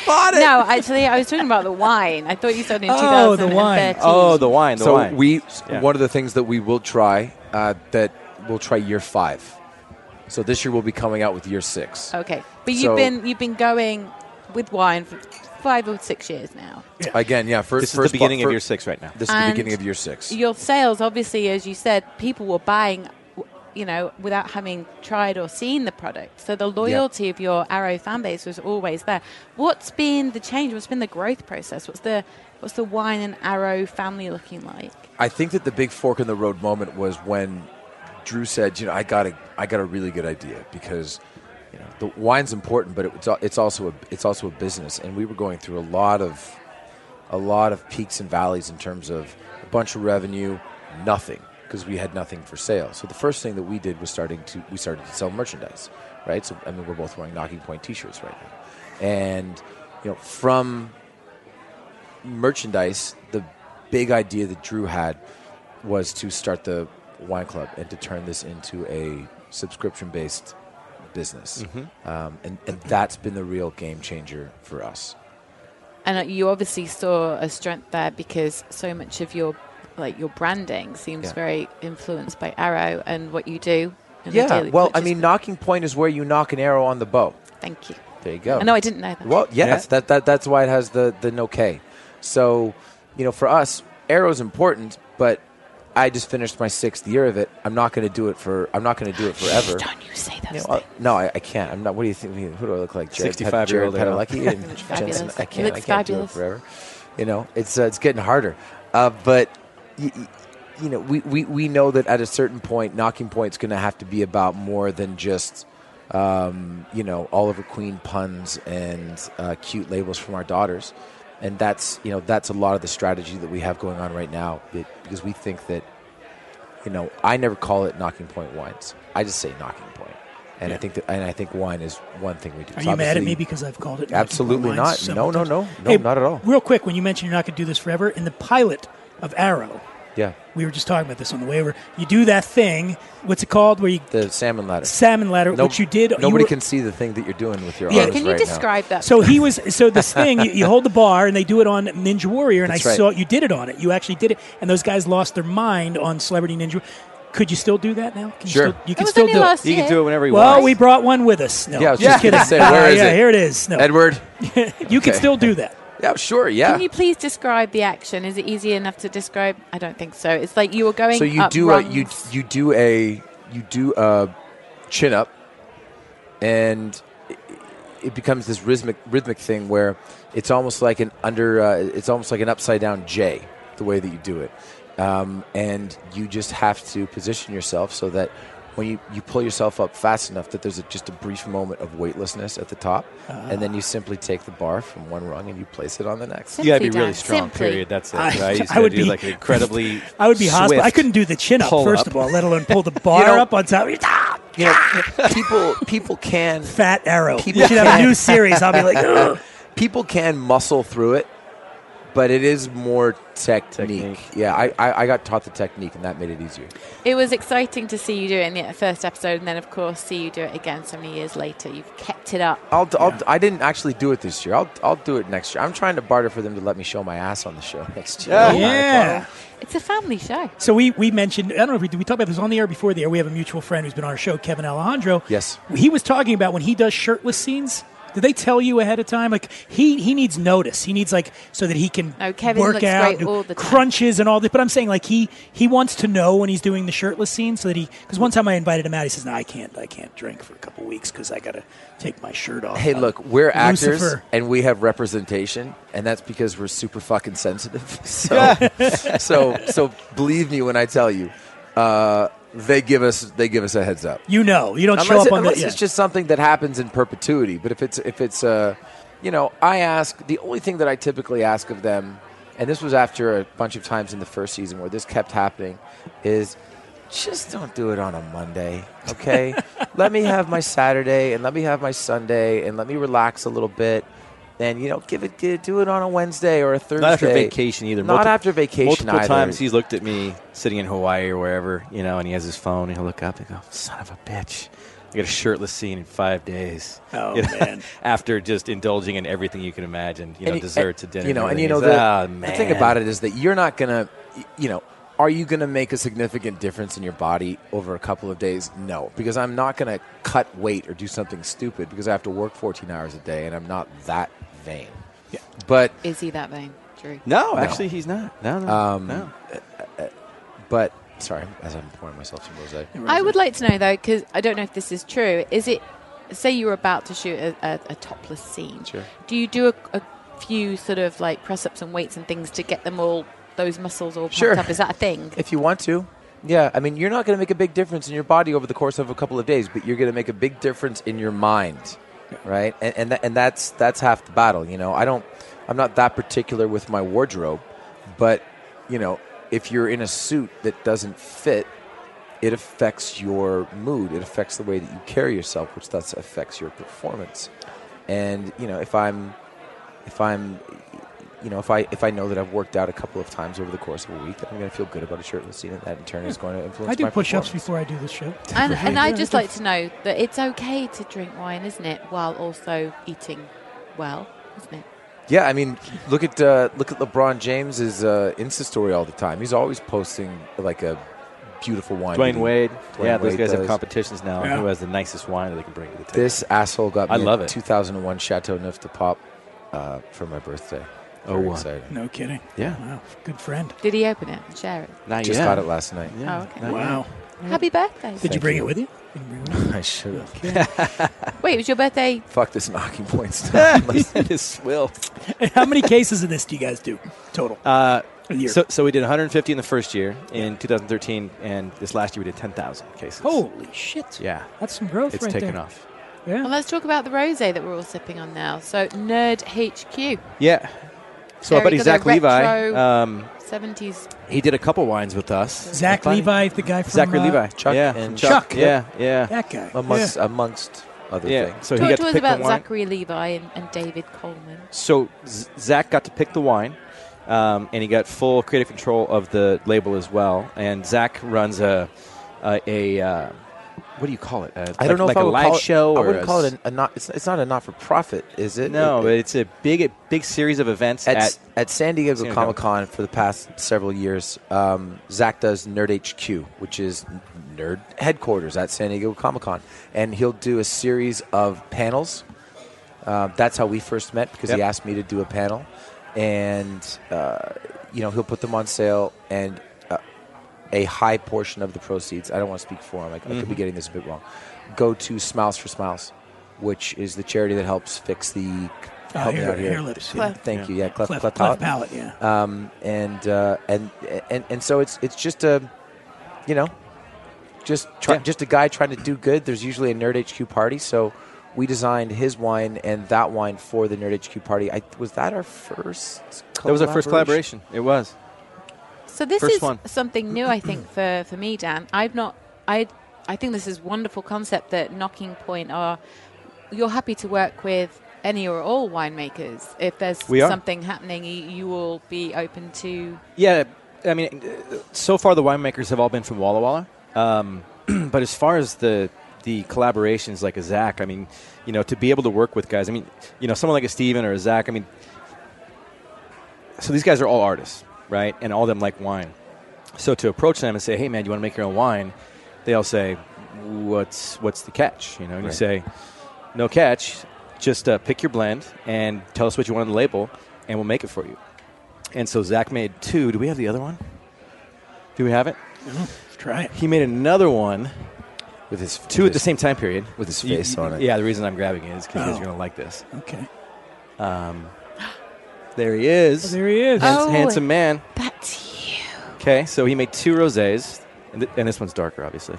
S6: No, actually, I was talking about the wine. I thought you said in
S5: Oh, the
S6: 2013.
S5: wine.
S8: Oh, the wine. The
S7: so
S8: wine.
S7: we
S8: Yeah.
S7: one of the things that we will try uh, that we'll try year five. So this year we'll be coming out with year six.
S6: Okay, but you've
S7: So-
S6: been you've been going with wine for five or six years now.
S7: Again, yeah. First,
S8: this is the
S7: first
S8: beginning
S7: bu- fir-
S8: of year six right now.
S7: This is the
S6: And
S7: beginning of year six.
S6: Your sales, obviously, as you said, people were buying, w- you know, without having tried or seen the product. So the loyalty of your Arrow fan base was always there. What's been the change? What's been the growth process? What's the what's the wine and Arrow family looking like?
S7: I think that the big fork in the road moment was when Drew said, "You know, I got a, I got a really good idea because, you know, the wine's important, but it's al- it's also a, it's also a business, and we were going through a lot of, a lot of peaks and valleys in terms of a bunch of revenue, nothing because we had nothing for sale. So the first thing that we did was starting to we started to sell merchandise, right? So I mean, we're both wearing Knocking Point T-shirts right now, and you know, from merchandise, the big idea that Drew had was to start the wine club and to turn this into a subscription based business. Um, and, and that's been the real game changer for us.
S6: And uh, you obviously saw a strength there because so much of your like your branding seems
S7: Yeah.
S6: very influenced by Arrow and what you do. and the
S7: Yeah.
S6: daily
S7: Well, I
S6: purchase.
S7: mean, knocking point is where you knock an arrow on the bow.
S6: thank you.
S7: There you go.
S6: I know I didn't know that.
S7: Well, yes,
S8: Yeah.
S7: that, that that's why it has the the no K. So, you know, for us, arrow's important, but I just finished my sixth year of it. I'm not going to do it for. I'm not going to do it forever.
S6: Don't you say those
S7: You know, uh,
S6: things.
S7: no, I, I can't. I'm not. What do you think? Who do I look like? Jared Ped-
S8: 65-year-old
S7: Jared
S8: Errol.
S7: Padalecki and
S6: looks
S7: Jensen.
S6: fabulous.
S7: I
S6: You
S7: can't.
S6: look
S7: I can't do it
S6: fabulous.
S7: forever. You know, it's uh, it's getting harder. Uh, but y- y- you know, we, we we know that at a certain point, knocking point's going to have to be about more than just um, you know Oliver Queen puns and uh, cute labels from our daughters. And that's you know that's a lot of the strategy that we have going on right now it, because we think that you know, I never call it knocking point wines. I just say knocking point. And I think that, and I think wine is one thing we do.
S5: Are
S7: It's
S5: you mad at
S7: obviously-
S5: me because I've called it?
S7: Absolutely
S5: Wines
S7: not.
S5: several
S7: No, no,
S5: times?
S7: no. No, not at all.
S5: Real quick, when you mentioned you're not going to do this forever, in the pilot of Arrow,
S7: yeah,
S5: we were just talking about this on the way over. You do that thing. What's it called? Where you
S7: the salmon ladder.
S5: salmon ladder,
S7: No-
S5: which you did. you
S7: Nobody
S5: were-
S7: can see the thing that you're doing with your
S5: Yeah,
S7: arms
S6: Can you
S7: right now.
S6: describe that?
S5: So he was. So this thing, you, you hold the bar, and they do it on Ninja Warrior, and
S7: That's
S5: I
S7: right.
S5: saw you did it on it. You actually did it, and those guys lost their mind on Celebrity Ninja. Could you still do that now? Can
S7: Sure.
S5: You, still, you
S6: That
S5: can
S6: was
S5: still
S6: only
S5: do
S6: last
S5: it.
S8: You can
S6: year.
S8: do it whenever you
S5: Well,
S8: want.
S5: we brought one with us. No,
S7: Yeah, I was just
S5: kidding.
S7: gonna say,
S5: Uh,
S7: where is
S5: yeah,
S7: it?
S5: here it is. No,
S7: Edward.
S5: you can
S7: Okay.
S5: still do that.
S7: Yeah, sure. Yeah.
S6: Can you please describe the action? Is it easy enough to describe? I don't think so. It's like you were going.
S7: so you
S6: up
S7: do a
S6: rungs.
S7: you you do a you do a chin up, and it, it becomes this rhythmic rhythmic thing where it's almost like an under uh, it's almost like an upside down J the way that you do it, um, and you just have to position yourself so that when you, you pull yourself up fast enough that there's a, just a brief moment of weightlessness at the top, and then you simply take the bar from one rung and you place it on the next.
S6: Simply
S8: you gotta be really
S6: done.
S8: strong.
S6: Simply.
S8: Period. That's it.
S5: I-
S8: right? You just
S5: I
S8: gotta
S5: would
S8: do
S5: be-
S8: like an incredibly.
S5: I would be hospital.
S8: swift
S5: I couldn't do the chin up
S8: pull
S5: first
S8: up.
S5: of all, let alone pull the bar
S7: know-
S5: up on top. Ah,
S7: You know, people people can
S5: Fat arrow.
S7: People
S5: we should have a
S7: can't-
S5: new series. I'll be like, "Ugh."
S7: people can muscle through it, but it is more technique.
S8: Technique.
S7: Yeah, I, I, I got taught the technique, and that made it easier.
S6: It was exciting to see you do it in the first episode, and then of course see you do it again so many years later. You've kept it up.
S7: I'll, I'll, I didn't actually do it this year. I'll, I'll do it next year. I'm trying to barter for them to let me show my ass on the show next year.
S5: Oh,
S8: Yeah.
S5: yeah.
S6: It's a family show.
S5: So we, we mentioned, I don't know if we, did we talk about this on the air before the air. We have a mutual friend who's been on our show, Kevin Alejandro.
S7: Yes.
S5: He was talking about when he does shirtless scenes, Do they tell you ahead of time? Like he he needs notice. He needs like so that he can
S6: No, Oh, Kevin
S5: work
S6: looks
S5: out,
S6: great
S5: do
S6: all the time.
S5: crunches and all this. But I'm saying like he he wants to know when he's doing the shirtless scene so that he because one time I invited him out. He says, "No, I can't. I can't drink for a couple weeks because I got to take my shirt off."
S7: Hey,
S5: I'm
S7: look, we're actors
S5: Lucifer.
S7: and we have representation, and that's because we're super fucking sensitive. So, so, so believe me when I tell you, uh, they give us they give us a heads up.
S5: You know, you don't show
S7: unless
S5: up
S7: it-
S5: on the.
S7: unless
S5: yeah.
S7: it's just something that happens in perpetuity. But if it's if it's uh, you know, I ask the only thing that I typically ask of them, and this was after a bunch of times in the first season where this kept happening, is just don't do it on a Monday, okay? let me have my Saturday and let me have my Sunday and let me relax a little bit. And you know, give it, give, do it on a Wednesday or a Thursday.
S8: Not after vacation either.
S7: Not
S8: Multi-
S7: after vacation
S8: Multiple
S7: either.
S8: times he's looked at me sitting in Hawaii or wherever, you know, and he has his phone. And he'll look up and go, "Son of a bitch." I got a shirtless scene in five days.
S5: Oh,
S8: You know,
S5: man.
S8: after just indulging in everything you can imagine, you know,
S7: And-
S8: dessert to
S7: and-
S8: dinner.
S7: You know, and you know
S8: everything.
S7: the,
S8: He's, "Ah,
S7: the thing
S8: man."
S7: about it is that you're not gonna, y- you know, are you gonna make a significant difference in your body over a couple of days? No, because I'm not gonna cut weight or do something stupid because I have to work 14 hours a day and I'm not that vain. Yeah. But
S6: Is he that vain, Drew?
S8: No, actually, he's not. No, no,
S7: uh, Um,
S8: no.
S7: but sorry, as I'm pouring myself some rosé.
S6: I would like to know though, because I don't know if this is true. Is it? Say you were about to shoot a, a, a topless scene.
S7: Sure.
S6: Do you do a, a few sort of like press ups and weights and things to get them all those muscles all pumped
S7: Sure.
S6: up? Is that a thing?
S7: If you want to. Yeah, I mean, you're not going to make a big difference in your body over the course of a couple of days, but you're going to make a big difference in your mind, right? And and, tha- and that's that's half the battle, you know. I don't, I'm not that particular with my wardrobe, but you know, if you're in a suit that doesn't fit, it affects your mood. It affects the way that you carry yourself, which thus affects your performance. And you know, if I'm, if I'm, you know, if I if I know that I've worked out a couple of times over the course of a week, then I'm going to feel good about a shirtless scene, and that in turn is going to influence.
S5: I do
S7: my
S5: push-ups
S7: performance.
S5: before I do this show.
S6: And, and I
S5: Yeah,
S6: just
S5: it
S6: like to know that it's okay to drink wine, isn't it, while also eating well, isn't it?
S7: Yeah, I mean, look at uh, look at LeBron James's uh, Insta story all the time. He's always posting like a beautiful wine.
S8: Dwayne
S7: that he-
S8: Wade.
S7: Dwayne
S8: yeah, those
S7: Wade
S8: guys have
S7: does.
S8: competitions now. on
S5: Yeah.
S8: Who has the nicest wine that they can bring to the table?
S7: This asshole got me
S8: I love
S7: a
S8: it.
S7: 2001 Chateau Neuf de Pop uh, for my birthday.
S8: Oh,
S7: Very
S8: wow.
S7: exciting.
S5: No kidding.
S8: Yeah.
S5: Wow. Good friend.
S6: Did he open it and share it?
S8: Not
S7: Just
S8: yet.
S7: got it last night.
S8: Yeah.
S6: Oh, okay.
S8: Not
S5: Wow.
S6: Happy birthday.
S5: Did you
S7: Thank
S5: bring
S7: you.
S5: it with you? You didn't bring it with you?
S7: I should have.
S6: Wait, it was your birthday?
S7: Fuck this knocking point stuff. Let's-
S8: yet. His swill.
S5: And How many cases of this do you guys do total?
S8: Uh,
S5: A year.
S8: So, so we did 150 in the first year in 2013, and this last year we did 10,000 cases.
S5: Holy shit.
S8: yeah,
S5: That's some growth
S8: it's
S5: right
S8: taken
S5: there.
S8: off.
S5: Yeah.
S6: Well, let's talk about the rosé that we're all sipping on now. So, Nerd HQ,
S8: Yeah. So
S6: Very
S8: our buddy
S6: good,
S8: Zach
S6: they're
S8: Levi,
S6: retro.
S8: um,
S6: 70s.
S8: he did a couple wines with us.
S5: Zach
S8: Funny.
S5: Levi, the guy from
S8: Zachary
S5: uh,
S8: Levi,
S7: Chuck
S8: yeah,
S7: and
S5: Chuck.
S8: yeah, yeah,
S5: That guy.
S7: amongst amongst other
S8: yeah.
S7: things.
S8: So he
S6: Talk
S8: got
S6: to
S8: to
S6: us
S8: pick
S6: about
S8: the wine.
S6: Zachary Levi and, and David Coleman.
S8: So Z- Zach got to pick the wine, um, and he got full creative control of the label as well. And Zach runs a a, a uh, what do you call it? I
S7: I don't know
S8: like
S7: if
S8: a
S7: I would
S8: live
S7: call it,
S8: show.
S7: I
S8: or
S7: wouldn't
S8: a
S7: call
S8: s-
S7: it a, a not. It's, it's not a not for profit, is it?
S8: No,
S7: It-
S8: but it's a big a big series of events
S7: at,
S8: at,
S7: at, San Diego
S8: San Diego.
S7: Comic Con for the past several years, um, Zach does Nerd HQ, which is nerd headquarters at San Diego Comic Con, and he'll do a series of panels. Uh, that's how we first met because he
S8: Yep.
S7: asked me to do a panel, and uh, you know he'll put them on sale and. Uh, a high portion of the proceeds. I don't want to speak for him. I, I could be getting this a bit wrong. Go to Smiles for Smiles, which is the charity that helps fix the
S5: Oh,
S7: help me
S5: hair,
S7: out here.
S5: hair lips. Yeah.
S6: Cleft.
S7: Thank you. Yeah, cleft,
S5: Cleft,
S7: cleft
S5: cleft
S7: palate.
S5: palate, yeah.
S7: Um, and uh, and and and so it's it's just a, you know, just try,
S8: Yeah.
S7: just a guy trying to do good. There's usually a Nerd HQ party, so we designed his wine and that wine for the Nerd HQ party. I was that our first.
S8: that was our first collaboration. It was.
S6: So this
S8: First
S6: is
S8: one.
S6: something new, I think, for, for me, Dan. I've not. I I think this is wonderful concept that Knocking Point are. You're happy to work with any or all winemakers. If there's
S8: We are.
S6: something happening, you, you will be open to.
S8: Yeah, I mean, uh, so far the winemakers have all been from Walla Walla. Um, but as far as the the collaborations like a Zach, I mean, you know, to be able to work with guys, I mean, you know, someone like a Steven or a Zach, I mean, so these guys are all artists, right? And all of them like wine. So to approach them and say, "Hey, man, you want to make your own wine?" They all say, "What's what's the catch?" You know, and you say, "No catch." just uh, pick your blend and tell us what you want on the label, and we'll make it for you. And so Zach made two. Do we have the other one? Do we have it?
S5: Try it.
S8: He made another one,
S7: with his
S8: two at the same time period,
S7: with his
S8: You-
S7: face on it.
S8: Yeah, the reason I'm grabbing it is because you guys
S5: Oh.
S8: are going to like this.
S5: Okay.
S8: There he is.
S5: There he
S8: Uh,
S5: is.
S6: Oh.
S8: Handsome man.
S6: That's you.
S8: Okay, so he made two rosés, and, th- and this one's darker, obviously.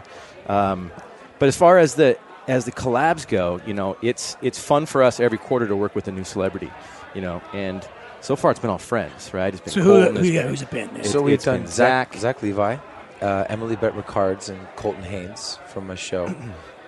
S8: Um, but as far as the as the collabs go, you know, it's it's fun for us every quarter to work with a new celebrity, you know, and so far it's been all friends, right? It's been
S5: So
S8: Colton,
S5: who, who
S8: it's
S5: yeah,
S8: been-
S5: who's it been?
S8: it's-
S7: So we've
S8: it's been
S7: done Zach, Zach Levi, uh, Emily Bett Ricards, and Colton Haynes from my show.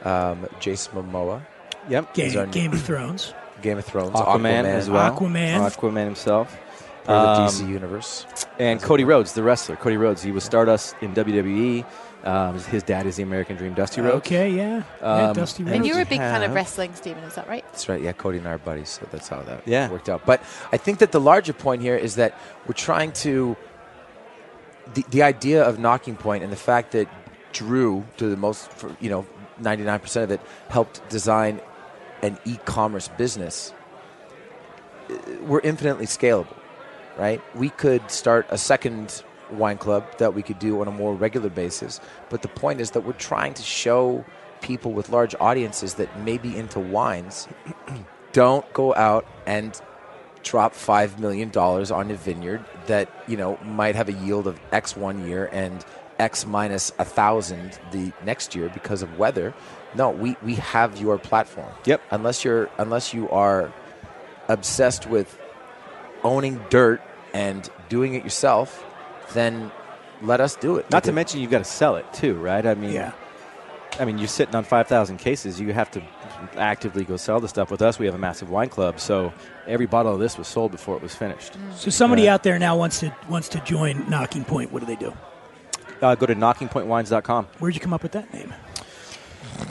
S7: um, Jason Momoa,
S8: Yep.
S7: is
S5: Game,
S7: our new-
S5: Game of Thrones,
S7: Game of Thrones,
S8: Aquaman, as well.
S5: Aquaman.
S8: Aquaman himself.
S7: for the
S8: Um,
S7: DC universe.
S8: And Cody Rhodes, the wrestler, Cody Rhodes, he was Stardust in WWE. Um, his dad is the American Dream, Dusty Rhodes.
S5: Okay, yeah. yeah
S8: Um,
S5: Dusty
S8: and
S5: Rhodes.
S9: And you were a
S8: we
S9: big fan of
S8: have-
S9: wrestling, Steven, is that right?
S7: That's right. Yeah, Cody and I are buddies, so that's how that
S8: Yeah.
S7: worked out. But I think that the larger point here is that we're trying to the the idea of knocking point and the fact that Drew, to the most, for, you know, ninety nine percent of it, helped design an e commerce business. uh, We're infinitely scalable, right? We could start a second wine club that we could do on a more regular basis. But the point is that we're trying to show people with large audiences that may be into wines don't go out and drop five million dollars on a vineyard that you know might have a yield of X one year and X minus a thousand the next year because of weather. No, we we have your platform.
S8: Yep.
S7: Unless you're unless you are obsessed with owning dirt and doing it yourself, then let us do it.
S8: Not to mention you've got to sell it too, right? I mean,
S5: Yeah.
S8: I mean, you're sitting on 5,000 cases. You have to actively go sell the stuff. With us, we have a massive wine club, so every bottle of this was sold before it was finished.
S5: So somebody
S8: Yeah.
S5: out there now wants to wants to join Knocking Point. What do they do?
S8: Uh, go to knockingpointwines.com.
S5: Where'd you come up with that name?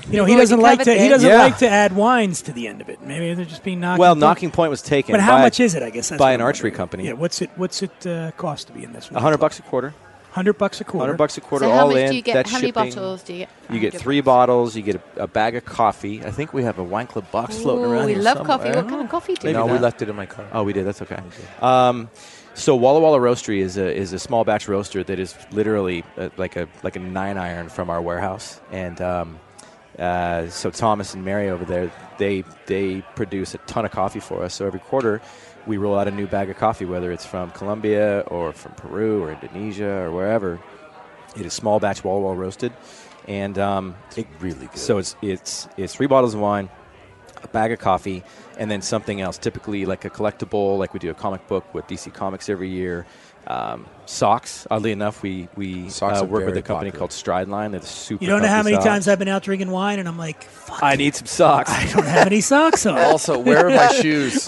S5: You know, he
S6: Well,
S5: doesn't
S6: you
S5: like
S6: covered
S5: to he
S6: it.
S5: doesn't
S8: Yeah.
S5: like to add wines to the end of it. Maybe they're just being knocking.
S8: Well,
S5: Point.
S8: Knocking Point was taken.
S5: But how
S8: by-
S5: much is it? I guess that's
S8: by
S5: what
S8: an
S5: I'm
S8: archery
S5: wondering.
S8: company.
S5: Yeah, what's it what's it uh, cost to be in this? one?
S8: 100 bucks a quarter.
S5: Hundred bucks a quarter.
S8: 100 bucks a quarter,
S9: so how
S8: all
S9: much
S8: in.
S9: do you get?
S8: That's
S9: How many
S8: shipping.
S9: bottles do you get?
S8: You get three bottles. You get a, a bag of coffee. I think we have a wine club box floating
S9: Ooh,
S8: around.
S9: we
S8: here
S9: love
S8: somewhere.
S9: coffee. What kind of coffee do you
S8: Maybe
S7: no,
S9: like?
S7: we
S8: not.
S7: left it in my car.
S8: Oh, we did. That's okay. Um, so Walla Walla Roastery is a is a small batch roaster that is literally uh like a like a nine iron from our warehouse, and um, uh, so Thomas and Mary over there they they produce a ton of coffee for us. So every quarter we roll out a new bag of coffee, whether it's from Colombia or from Peru or Indonesia or wherever. It is small batch Walla Walla roasted, and um, it
S7: really good.
S8: so it's it's it's three bottles of wine, a bag of coffee, and then something else. Typically, like a collectible, like we do a comic book with DC Comics every year. Um, socks. Oddly enough, we we
S7: Socks
S8: uh,
S7: are
S8: work with
S7: very
S8: a company
S7: popular.
S8: called Strideline. They're super.
S5: You don't know how
S8: comfy
S5: many
S8: socks.
S5: times I've been out drinking wine and I'm like, fuck,
S8: I need some socks.
S5: I don't have any socks on.
S7: Also, where are my shoes?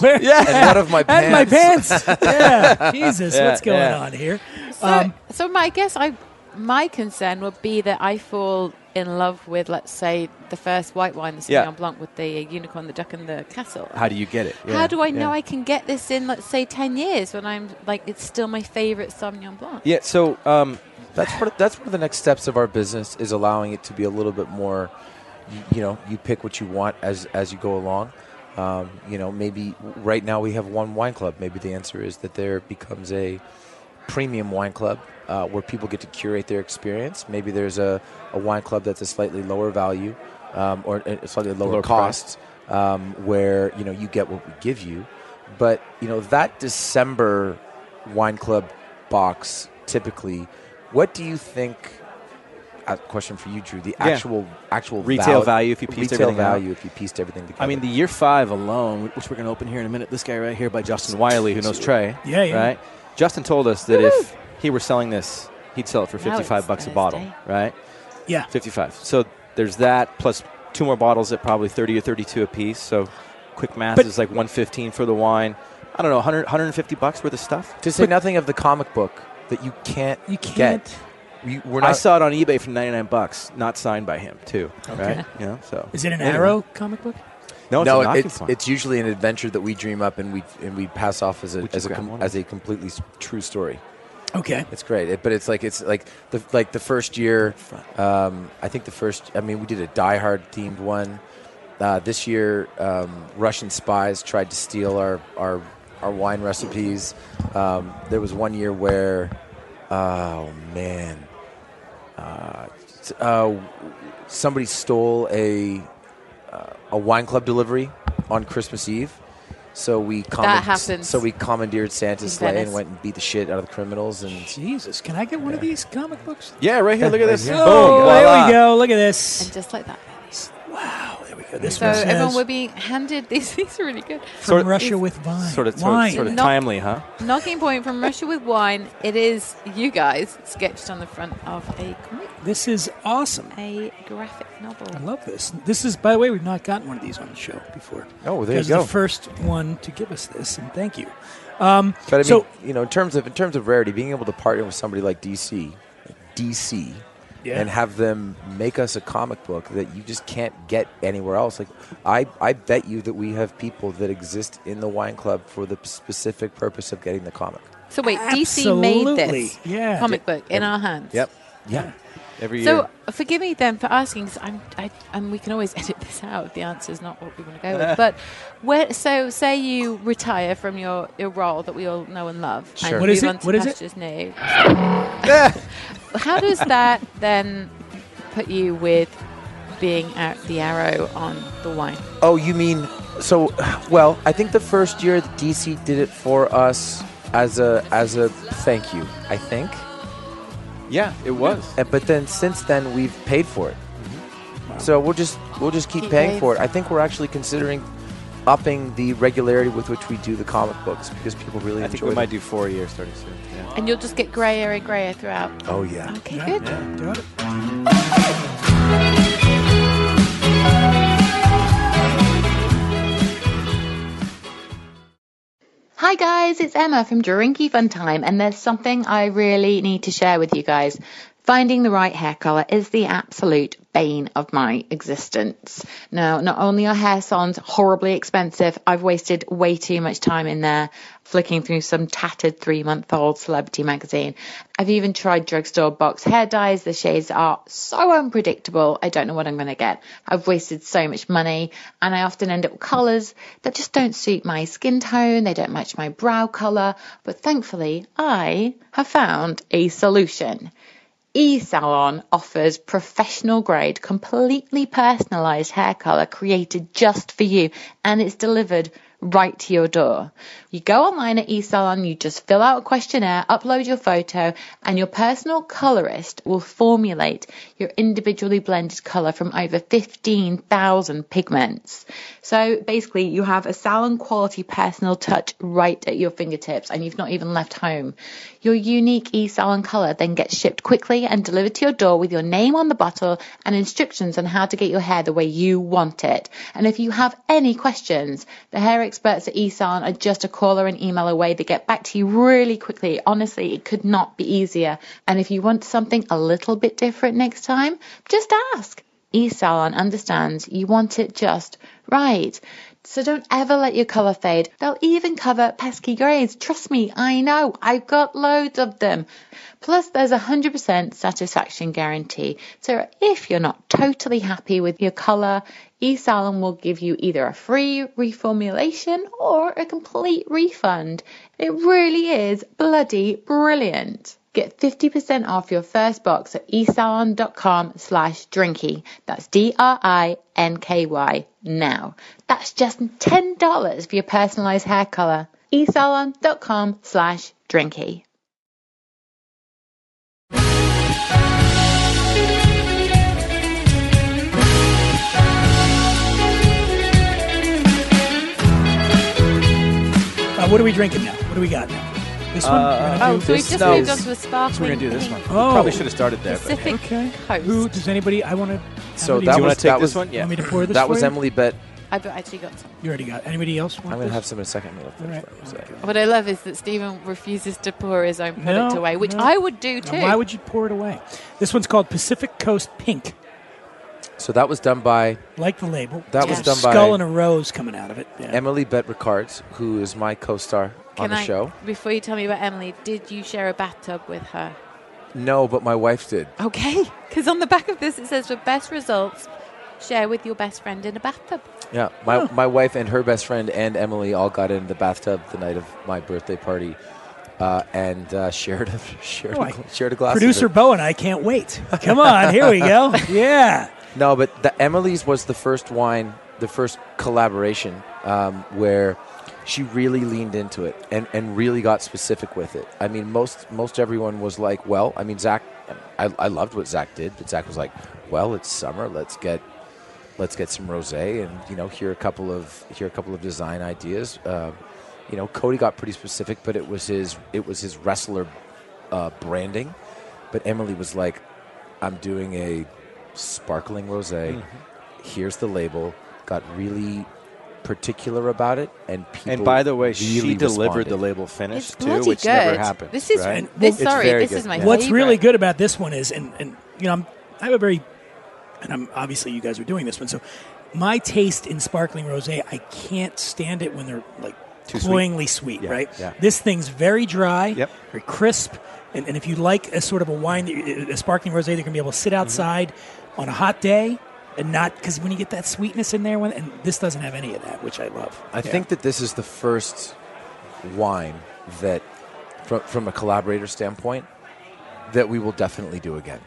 S5: Where-
S8: Yeah.
S7: And what of my pants?
S5: And my pants. yeah, Jesus,
S8: Yeah,
S5: what's going
S8: yeah.
S5: on here? Um,
S6: So,
S8: Um,
S6: so my guess, I my concern would be that I fall in love with, let's say, the first white wine, the Sauvignon
S8: Yeah.
S6: Blanc, with the unicorn, the duck, and the castle.
S8: how do you get it? Yeah,
S6: How do I
S8: yeah.
S6: know I can get this in, let's say, ten years when I'm like it's still my favorite Sauvignon Blanc?
S8: Yeah. So um,
S7: That's one of, that's one of the next steps of our business is allowing it to be a little bit more. You, you know, you pick what you want as as you go along. Um, you know, maybe right now we have one wine club. Maybe the answer is that there becomes a premium wine club uh, where people get to curate their experience. Maybe there's a, a wine club that's a slightly lower value um, or a slightly lower,
S8: Lower
S7: cost, um, where you know you get what we give you. But you know that December wine club box typically. What do you think? A question for you, Drew. The
S8: Yeah.
S7: actual actual
S8: Retail
S7: val-
S8: value if you pieced
S7: retail
S8: everything out.
S7: value if you pieced everything together.
S8: I mean, the year five alone, which we're going to open here in a minute. This guy right here by Justin Wiley, who knows Trey.
S5: Yeah, yeah.
S8: Right. Justin told us that if he were selling this, he'd sell it for
S6: Now
S8: fifty-five
S6: it's
S8: bucks a
S6: Thursday.
S8: bottle. Right.
S5: Yeah.
S8: 55. So there's that plus two more bottles at probably 30 or 32 apiece. So quick math
S5: But-
S8: is like 115 for the wine. I don't know, 100, 150 bucks worth of stuff.
S7: to say nothing of the comic book that you can't
S5: You
S7: get.
S5: can't.
S7: We, we're
S8: I
S7: not
S8: saw it on eBay for 99 bucks, not signed by him too. Right? You know, so
S5: Is it an
S8: Anyway.
S5: Arrow comic book?
S8: No, it's a
S7: no,
S8: knocking
S7: it's,
S8: point.
S7: it's usually an adventure that we dream up and we and we pass off as a
S8: Would you
S7: as a
S8: grab
S7: com-
S8: one?
S7: as a completely s- true story.
S5: Okay.
S7: It's great, it, but it's like it's like the like the first year. Um, I think the first. I mean, we did a Die Hard themed one. Uh, this year, um, Russian spies tried to steal our our, our wine recipes. Um, there was one year where, oh man, uh, s- uh, somebody stole a uh, a wine club delivery on Christmas Eve. So we command-
S6: happens.
S7: So we commandeered Santa's
S6: In
S7: sleigh and
S6: Venice.
S7: went and beat the shit out of the criminals and
S5: Jesus, can I get one of these comic books?
S8: Yeah, right here. Look at this.
S5: Oh,
S8: Boom.
S5: there
S8: voila.
S5: we go. Look at this.
S6: And just like that.
S5: Wow, there we go. This
S6: So
S5: one says,
S6: everyone will be handed these. These are really good.
S5: from
S8: Sort-
S5: Russia with wine.
S8: Sort of, sort
S5: wine.
S8: of, sort of
S6: Not-
S8: timely, huh?
S6: Knocking point from Russia with wine. It is you guys sketched on the front of a comic,
S5: This is awesome.
S6: a graphic novel.
S5: I love this. This is, by the way, we've not gotten one of these on the show before.
S7: Oh, there you
S5: Because the
S7: go.
S5: first one to give us this, and thank you.
S7: But I mean,
S5: So-
S7: you know, in terms of in terms of rarity, being able to partner with somebody like DC, DC,
S5: Yeah.
S7: and have them make us a comic book that you just can't get anywhere else. Like, I I bet you that we have people that exist in the wine club for the specific purpose of getting the comic.
S6: So wait, DC made
S5: Absolutely.
S6: this
S5: Yeah.
S6: comic book in our hands.
S7: Yeah.
S8: Every year.
S6: So forgive me then for asking, because I'm, I, and we can always edit this out. if The answer is not what we want to go with. But where, so say you retire from your, your role that we all know and love,
S7: Sure.
S6: and
S5: What
S6: move
S5: is it?
S6: on to
S5: What is it?
S6: pastures new. How does that then put you with being at the arrow on the wine?
S7: Oh, you mean so? Well, I think the first year that DC did it for us as a as a thank you. I think,
S8: yeah, it was.
S7: And- but then since then we've paid for it.
S8: Mm-hmm.
S7: So we'll just we'll just keep
S6: Keep
S7: paying
S6: paying
S7: for it. I think we're actually considering upping the regularity with which we do the comic books because people really
S8: I
S7: enjoy
S8: think we
S7: them.
S8: might do four a year starting soon.
S5: Oh.
S8: Yeah.
S6: And you'll just get grayer and grayer throughout.
S7: Oh yeah.
S6: Okay, good.
S5: Got it.
S9: Hi guys, it's Emma from Drinky Fun Time, and there's something I really need to share with you guys. Finding the right hair color is the absolute bane of my existence. Now, not only are hair salons horribly expensive, I've wasted way too much time in there flicking through some tattered three month old celebrity magazine. I've even tried drugstore box hair dyes. The shades are so unpredictable. I don't know what I'm going to get. I've wasted so much money and I often end up with colors that just don't suit my skin tone. They don't match my brow color. But thankfully, I have found a solution. eSalon offers professional grade, completely personalized hair color created just for you, and it's delivered right to your door. You go online at eSalon, you just fill out a questionnaire, upload your photo, and your personal colorist will formulate your individually blended color from over 15,000 pigments. So basically, you have a salon quality personal touch right at your fingertips, and you've not even left home. Your unique e-salon color then gets shipped quickly and delivered to your door with your name on the bottle and instructions on how to get your hair the way you want it. And if you have any questions, the hair experts at e-salon are just a call or an email away. They get back to you really quickly. Honestly, it could not be easier. And if you want something a little bit different next time, just ask. eSalon understands you want it just right. So don't ever let your colour fade. They'll even cover pesky greys. Trust me, I know. I've got loads of them. Plus, there's a 100% satisfaction guarantee. So if you're not totally happy with your colour, eSalon will give you either a free reformulation or a complete refund. It really is bloody brilliant. Get 50% off your first box at esalon.com slash drinky. That's D-R-I-N-K-Y now. That's just $10 for your personalized hair color. esalon.com slash drinky.
S5: Uh, what are we drinking now? What do we got now? This one? We're gonna
S6: Oh,
S5: do
S6: so we've
S5: this?
S6: just
S8: No.
S6: moved on to a sparkling.
S8: So we're gonna do this
S6: pink
S8: one.
S5: Oh.
S8: We probably should have started there. But
S6: Pacific
S5: Okay.
S6: Coast.
S5: Who does anybody? I want to.
S7: So
S8: do
S7: That
S8: you want
S7: was-
S8: to take
S7: that
S8: this
S7: was-
S8: one? Yeah.
S5: want me to pour this
S7: That
S5: for
S7: was
S5: you?
S7: Emily, but
S6: I've actually got some.
S5: You already got. Anybody else? Want
S7: I'm going
S5: this?
S7: to have some in a second. I'm gonna
S5: All
S7: finish
S5: right.
S7: what I was saying.
S6: What I love is that Stephen refuses to pour his own
S5: No,
S6: product away, which
S5: no.
S6: I would do
S5: Now,
S6: too.
S5: why would you pour it away? This one's called Pacific Coast Pink.
S7: So that was done by
S5: Like the label.
S7: That
S5: It's
S6: was
S5: got a
S7: done by-
S5: skull and a rose coming out of it. Yeah.
S7: Emily Bet Ricard, who is my co-star on the
S6: I,
S7: show.
S6: Before you tell me about Emily, did you share a bathtub with her?
S7: No, but my wife did.
S6: Okay, because on the back of this it says for best results, share with your best friend in a bathtub.
S7: Yeah, my, my wife and her best friend and Emily all got in the bathtub the night of my birthday party, uh, and uh, shared a, shared
S5: Oh,
S7: a,
S5: I-
S7: gl- shared a glass. of
S5: Producer
S7: it.
S5: Bo and I can't wait. Come on, here we go. Yeah.
S7: No, but the Emily's was the first wine, the first collaboration um, where she really leaned into it and, and really got specific with it. I mean, most most everyone was like, well, I mean, Zach, I, I loved what Zach did, but Zach was like, well, it's summer, let's get let's get some rosé and you know here a couple of here a couple of design ideas. Uh, you know, Cody got pretty specific, but it was his it was his wrestler uh, branding. But Emily was like, I'm doing a sparkling rosé.
S8: Mm-hmm.
S7: Here's the label. Got really particular about it, and people.
S8: And by the way, she
S7: really
S8: delivered the
S7: responded.
S8: label finish
S6: it's
S8: too,
S6: bloody
S8: which
S6: good.
S8: never happened.
S6: This is
S8: right?
S6: this.
S7: It's
S6: Sorry,
S7: very
S6: this
S7: good,
S6: is my.
S7: yeah.
S5: What's really
S6: favorite.
S5: good about this one is, and, and you know, I'm, I have a very, and I'm obviously you guys are doing this one, so my taste in sparkling rosé, I can't stand it when they're like
S8: Too sweet.
S5: cloyingly sweet,
S8: Yeah,
S5: right?
S8: yeah.
S5: This thing's very dry,
S8: Yep.
S5: very crisp, and, and if you like a sort of a wine, that you- a sparkling rosé, they're gonna be able to
S8: Mm-hmm.
S5: sit outside on a hot day. And not because when you get that sweetness in there, when, and this doesn't have any of that, which I love.
S7: I think that this is the first wine that, from, from a collaborator standpoint, that we will definitely do again.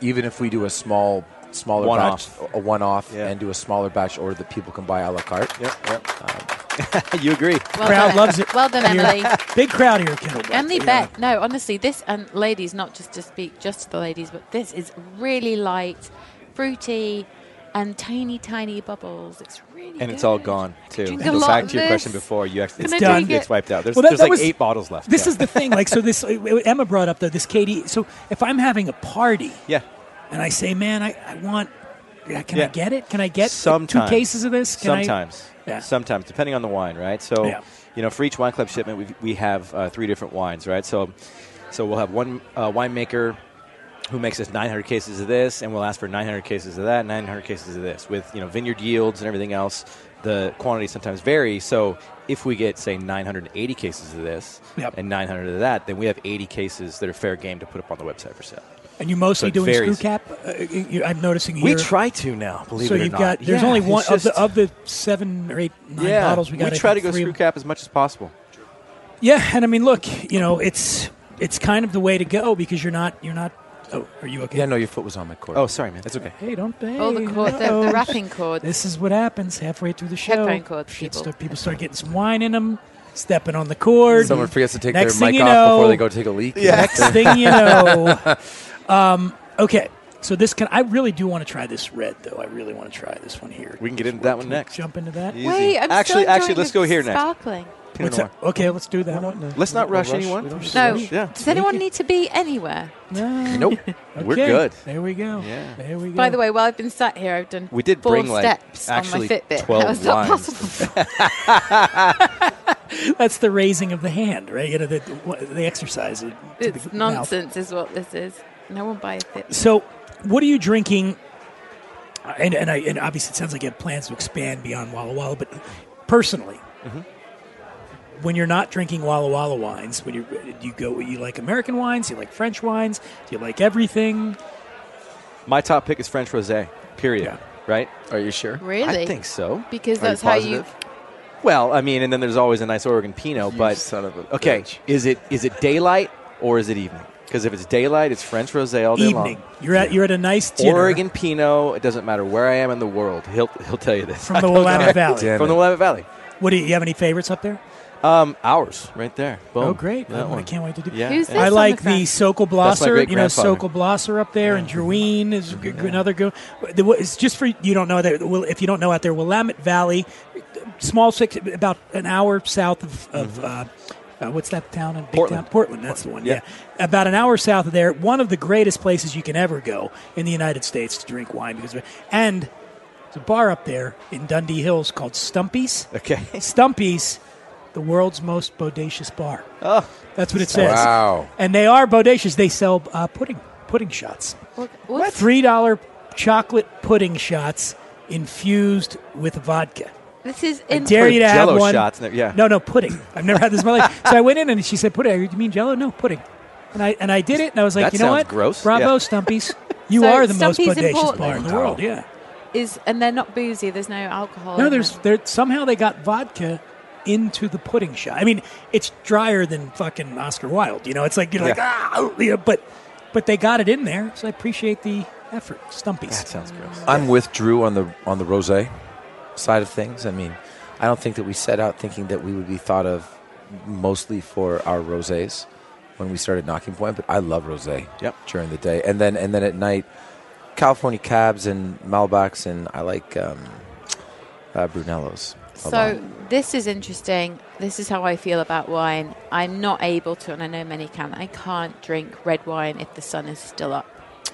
S7: Even if we do a small, smaller
S8: One-off.
S7: batch, a one-off,
S8: Yeah.
S7: and do a smaller batch order that people can buy a la carte. Um,
S8: Yep, yep. you agree.
S6: Well
S5: Crowd
S6: done.
S5: loves it.
S6: Well done,
S5: Here.
S6: Emily.
S5: Big crowd here, Kendall. Black.
S6: Emily
S5: Yeah.
S6: Beck. No, honestly, this and ladies, not just to speak just to the ladies, but this is really light, fruity, and tiny, tiny bubbles. It's really
S8: And it's
S6: good.
S8: all gone too.
S6: drink a
S8: So
S6: lot
S8: back
S6: of
S8: to your question
S6: this.
S8: before, you actually it's
S6: Can I
S8: done.
S6: drink
S8: It's
S6: it?
S8: wiped out. There's,
S5: Well, that-
S8: there's
S5: that
S8: like
S5: was-
S8: eight bottles left.
S5: This
S8: yeah.
S5: is the thing. Like, so this, what Emma brought up, though, this Katie. So if I'm having a party
S8: yeah.
S5: and I say, man, I, I want, yeah, can I
S8: Yeah.
S5: get it? Can I get
S8: sometimes
S5: two cases of this? Can I-
S8: sometimes,
S5: Yeah.
S8: sometimes, depending on the wine, right? So,
S5: Yeah.
S8: you know, for each wine club shipment, we we have uh, three different wines, right? So, so we'll have one uh, winemaker who makes us 900 cases of this, and we'll ask for 900 cases of that, 900 cases of this, with you know vineyard yields and everything else. The quantities sometimes vary. So, if we get say 980 cases of this
S5: Yep.
S8: and 900 of that, then we have 80 cases that are fair game to put up on the website for sale.
S5: and you're mostly
S8: But
S5: doing screw
S8: varies.
S5: cap. Uh, you, I'm noticing
S8: We
S5: you're-
S8: try to now, believe
S5: So
S8: it or
S5: you've
S8: not.
S5: got there's
S8: Yeah,
S5: only
S8: it's
S5: one of
S8: just-
S5: the of the seven or eight nine
S8: yeah,
S5: bottles we got. I
S8: try to
S5: think
S8: go
S5: three of
S8: screw cap as much as possible.
S5: Yeah, and I mean, look, you know, it's it's kind of the way to go because you're not you're not. Oh, are you okay?
S7: Yeah, no, your foot was on my cord.
S8: Oh, sorry, man. That's okay.
S5: Hey, don't pay.
S6: All Oh, the cord, the, the wrapping cord.
S5: This is what happens halfway through the show.
S6: Headphone cords,
S5: Shit
S6: people.
S5: start- people start getting some wine in them, stepping on the cord.
S7: Someone forgets to take
S5: Next
S7: their
S5: thing
S7: mic
S5: you
S7: off
S5: know-
S7: before they go take a leak. Yeah.
S5: Next thing you know, um, okay. So this can I really do want to try this red though. I really want to try this one here.
S8: We can get into that one next.
S5: Jump into that.
S8: Easy.
S6: Wait, I'm
S8: actually,
S6: still
S8: actually,
S6: enjoying
S8: let's
S6: the
S8: go here next.
S6: Sparkling.
S8: Pinot
S5: What's
S8: Noir.
S5: up? Okay, let's do that one.
S8: Let's not rush anyone.
S6: No.
S8: Yeah.
S6: Does anyone need to be anywhere?
S5: No.
S7: Nope.
S8: We're
S5: Okay,
S8: good.
S5: There we go.
S8: Yeah.
S5: There we go.
S6: By the way, while I've been sat here, I've done
S8: We did
S6: four
S8: bring, like,
S6: steps on my
S8: actually
S6: Fitbit.
S8: 12
S6: that was not
S8: wines.
S6: possible.
S5: that's the raising of the hand, right? You know, the, the exercise. to the
S6: it's
S5: mouth.
S6: nonsense, is what this is. No one buys it.
S5: So, what are you drinking? And and, I, and obviously, it sounds like you have plans to expand beyond Walla Walla. But personally,
S8: Mm-hmm.
S5: when you're not drinking Walla Walla wines, when you do you go, you like American wines, you like French wines, do you like everything?
S8: My top pick is French rosé. Period.
S5: Yeah.
S8: Right?
S7: Are you sure?
S6: Really?
S8: I think so.
S6: Because
S8: Are
S6: that's how you.
S8: positive? Well, I mean, and then there's always a nice Oregon Pinot,
S7: You
S8: but
S7: son of a
S8: okay,
S7: bitch.
S8: is it is it daylight or is it evening? Because if it's daylight, it's French rosé all day
S5: Evening.
S8: long.
S5: You're at you're at a nice dinner
S8: Oregon Pinot. It doesn't matter where I am in the world. He'll he'll tell you this
S5: from the Willamette Valley.
S7: Damn
S8: from
S7: it.
S8: the Willamette Valley.
S5: What do you, you have any favorites up there?
S8: Um, ours right there. Boom.
S5: Oh, great!
S8: That
S5: Oh, I
S8: one.
S5: can't wait to do.
S8: Yeah.
S6: Who's
S8: yeah.
S6: this?
S5: I
S6: on
S5: like
S6: the
S5: the
S6: front.
S5: Sokol
S8: That's my
S5: Blosser, you know,
S8: great-grandfather.
S5: Sokol Blosser up there, and Druine is g- another good. the- what- It's just for you don't know that well, if you don't know out there, Willamette Valley, small six, about an hour south of, of uh, uh, what's that town in Big
S8: Portland.
S5: Town? Portland. That's the one.
S8: Yeah.
S5: Yeah. about an hour south of there, one of the greatest places you can ever go in the United States to drink wine because, of it. and there's a bar up there in Dundee Hills called Stumpy's.
S8: Okay.
S5: Stumpy's, the world's most bodacious bar.
S8: Oh.
S5: That's what it says.
S7: Wow.
S5: And they are bodacious. They sell uh, pudding, pudding shots.
S6: What? what?
S5: Three dollar chocolate pudding shots infused with vodka.
S6: This is
S5: I
S6: in.
S5: dare you to have
S8: Jell-O
S5: one.
S8: shots and- yeah.
S5: No, no pudding. I've never had this in my life. So I went in and she said, "Pudding? I go, Do you mean Jello? No, pudding." And I and I did it, and I was like,
S8: That
S5: "You know
S8: sounds
S5: what?
S8: gross.
S5: Bravo,
S8: Yeah.
S5: Stumpies! You
S6: So
S5: are the most
S6: Stumpy's in
S5: bodacious
S6: Portland.
S5: bar in the
S7: Wow.
S5: world." Yeah.
S6: is, and they're not boozy. There's no alcohol.
S8: Oh,
S5: No,
S6: in
S5: there's
S6: them.
S5: there somehow they got vodka into the pudding shot. I mean, it's drier than fucking Oscar Wilde. You know, it's like you're like ah, oh," you know, but but they got it in there, so I appreciate the effort. Stumpies.
S8: That sounds gross.
S7: I'm with Drew on the on the rosé side of things. I mean, I don't think that we set out thinking that we would be thought of mostly for our rosés when we started Knocking Point, but I love rosé
S8: Yep.
S7: during the day, and then and then at night, California cabs and Malbecs, and I like um, uh, Brunellos. a lot.
S6: So this is interesting. This is how I feel about wine. I'm not able to, and I know many can. I can't drink red wine if the sun is still up.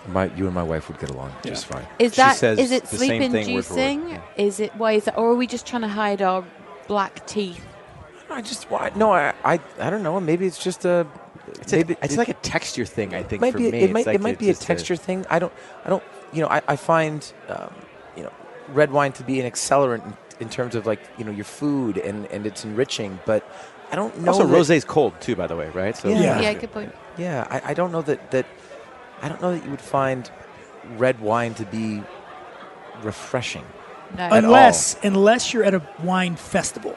S7: my, you and my wife would get along just fine.
S6: Is
S8: She
S6: that is
S8: says
S6: it
S8: the
S6: sleep
S8: same thing word for word,
S6: inducing?
S8: yeah.
S6: Is it why is that, or are we just trying to hide our black teeth?
S7: I just why no I, I I don't know maybe it's just a
S8: It's,
S7: maybe
S8: a, it's
S7: it-
S8: like a texture thing, I think,
S7: might
S8: for
S7: be
S8: me.
S7: it
S8: It's
S7: might,
S8: like
S7: it might be a
S8: just
S7: texture thing I don't I don't you know I, I find um, you know red wine to be an accelerant in, in terms of like you know your food and and it's enriching but I don't know
S8: also,
S7: that-
S8: rosé's cold, too, by the way, right? So
S5: Yeah.
S6: Yeah, good point.
S7: yeah I, I don't know that that I don't know that you would find red wine to be refreshing
S6: No.
S7: all.
S5: unless unless you're at a wine festival.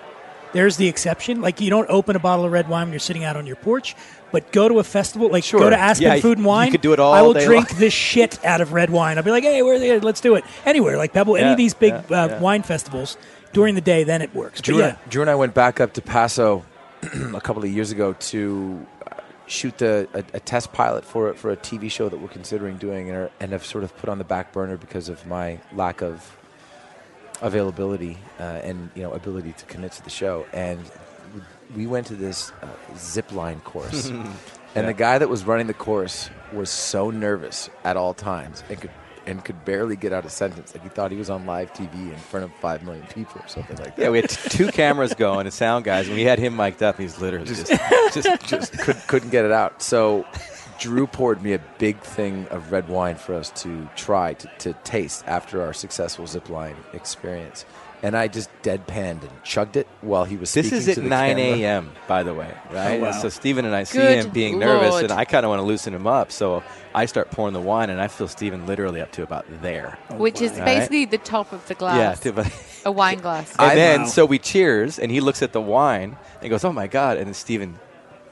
S5: There's the exception. Like you don't open a bottle of red wine when you're sitting out on your porch, but go to a festival. Like go
S7: Sure.
S5: to Aspen
S8: Yeah,
S5: Food and
S8: you
S5: Wine.
S8: could do it all
S5: I will
S8: day
S5: drink
S8: long.
S5: the shit out of red wine. I'll be like, hey, where are they? Let's do it anywhere. Like Pebble, any
S8: Yeah,
S5: of these big
S8: yeah,
S5: uh,
S8: yeah.
S5: wine festivals during the day, then it works. But
S7: Drew,
S5: yeah.
S7: and I, Drew and I went back up to Paso a couple of years ago to uh, shoot the, a, a test pilot for for a TV show that we're considering doing and, are, and have sort of put on the back burner because of my lack of availability uh, and you know ability to commit to the show. And we went to this uh, zip line course, and the guy that was running the course was so nervous at all times and could. And could barely get out a sentence. Like he thought he was on live TV in front of five million people or something like that.
S8: Yeah, we had t- two cameras going and sound guys, and we had him mic'd up. He's literally just, just,
S7: just could, couldn't get it out. So Drew poured me a big thing of red wine for us to try to, to taste after our successful zipline experience. And I just deadpanned and chugged it while he was
S8: This
S7: speaking
S8: is at
S7: to the
S8: 9
S7: camera.
S8: a.m., by the way, right?
S5: wow.
S8: So Steven and I see
S6: Good
S8: him being nervous,
S6: Lord.
S8: and I kind of want to loosen him up. So I start pouring the wine, and I feel Steven literally up to about there.
S6: Which is
S8: All right.
S6: basically the top of the
S8: Yeah,
S6: glass,
S8: to about-
S6: a wine glass.
S8: and then
S5: wow.
S8: so we cheers, and he looks at the wine and goes, "Oh my god!" And then Steven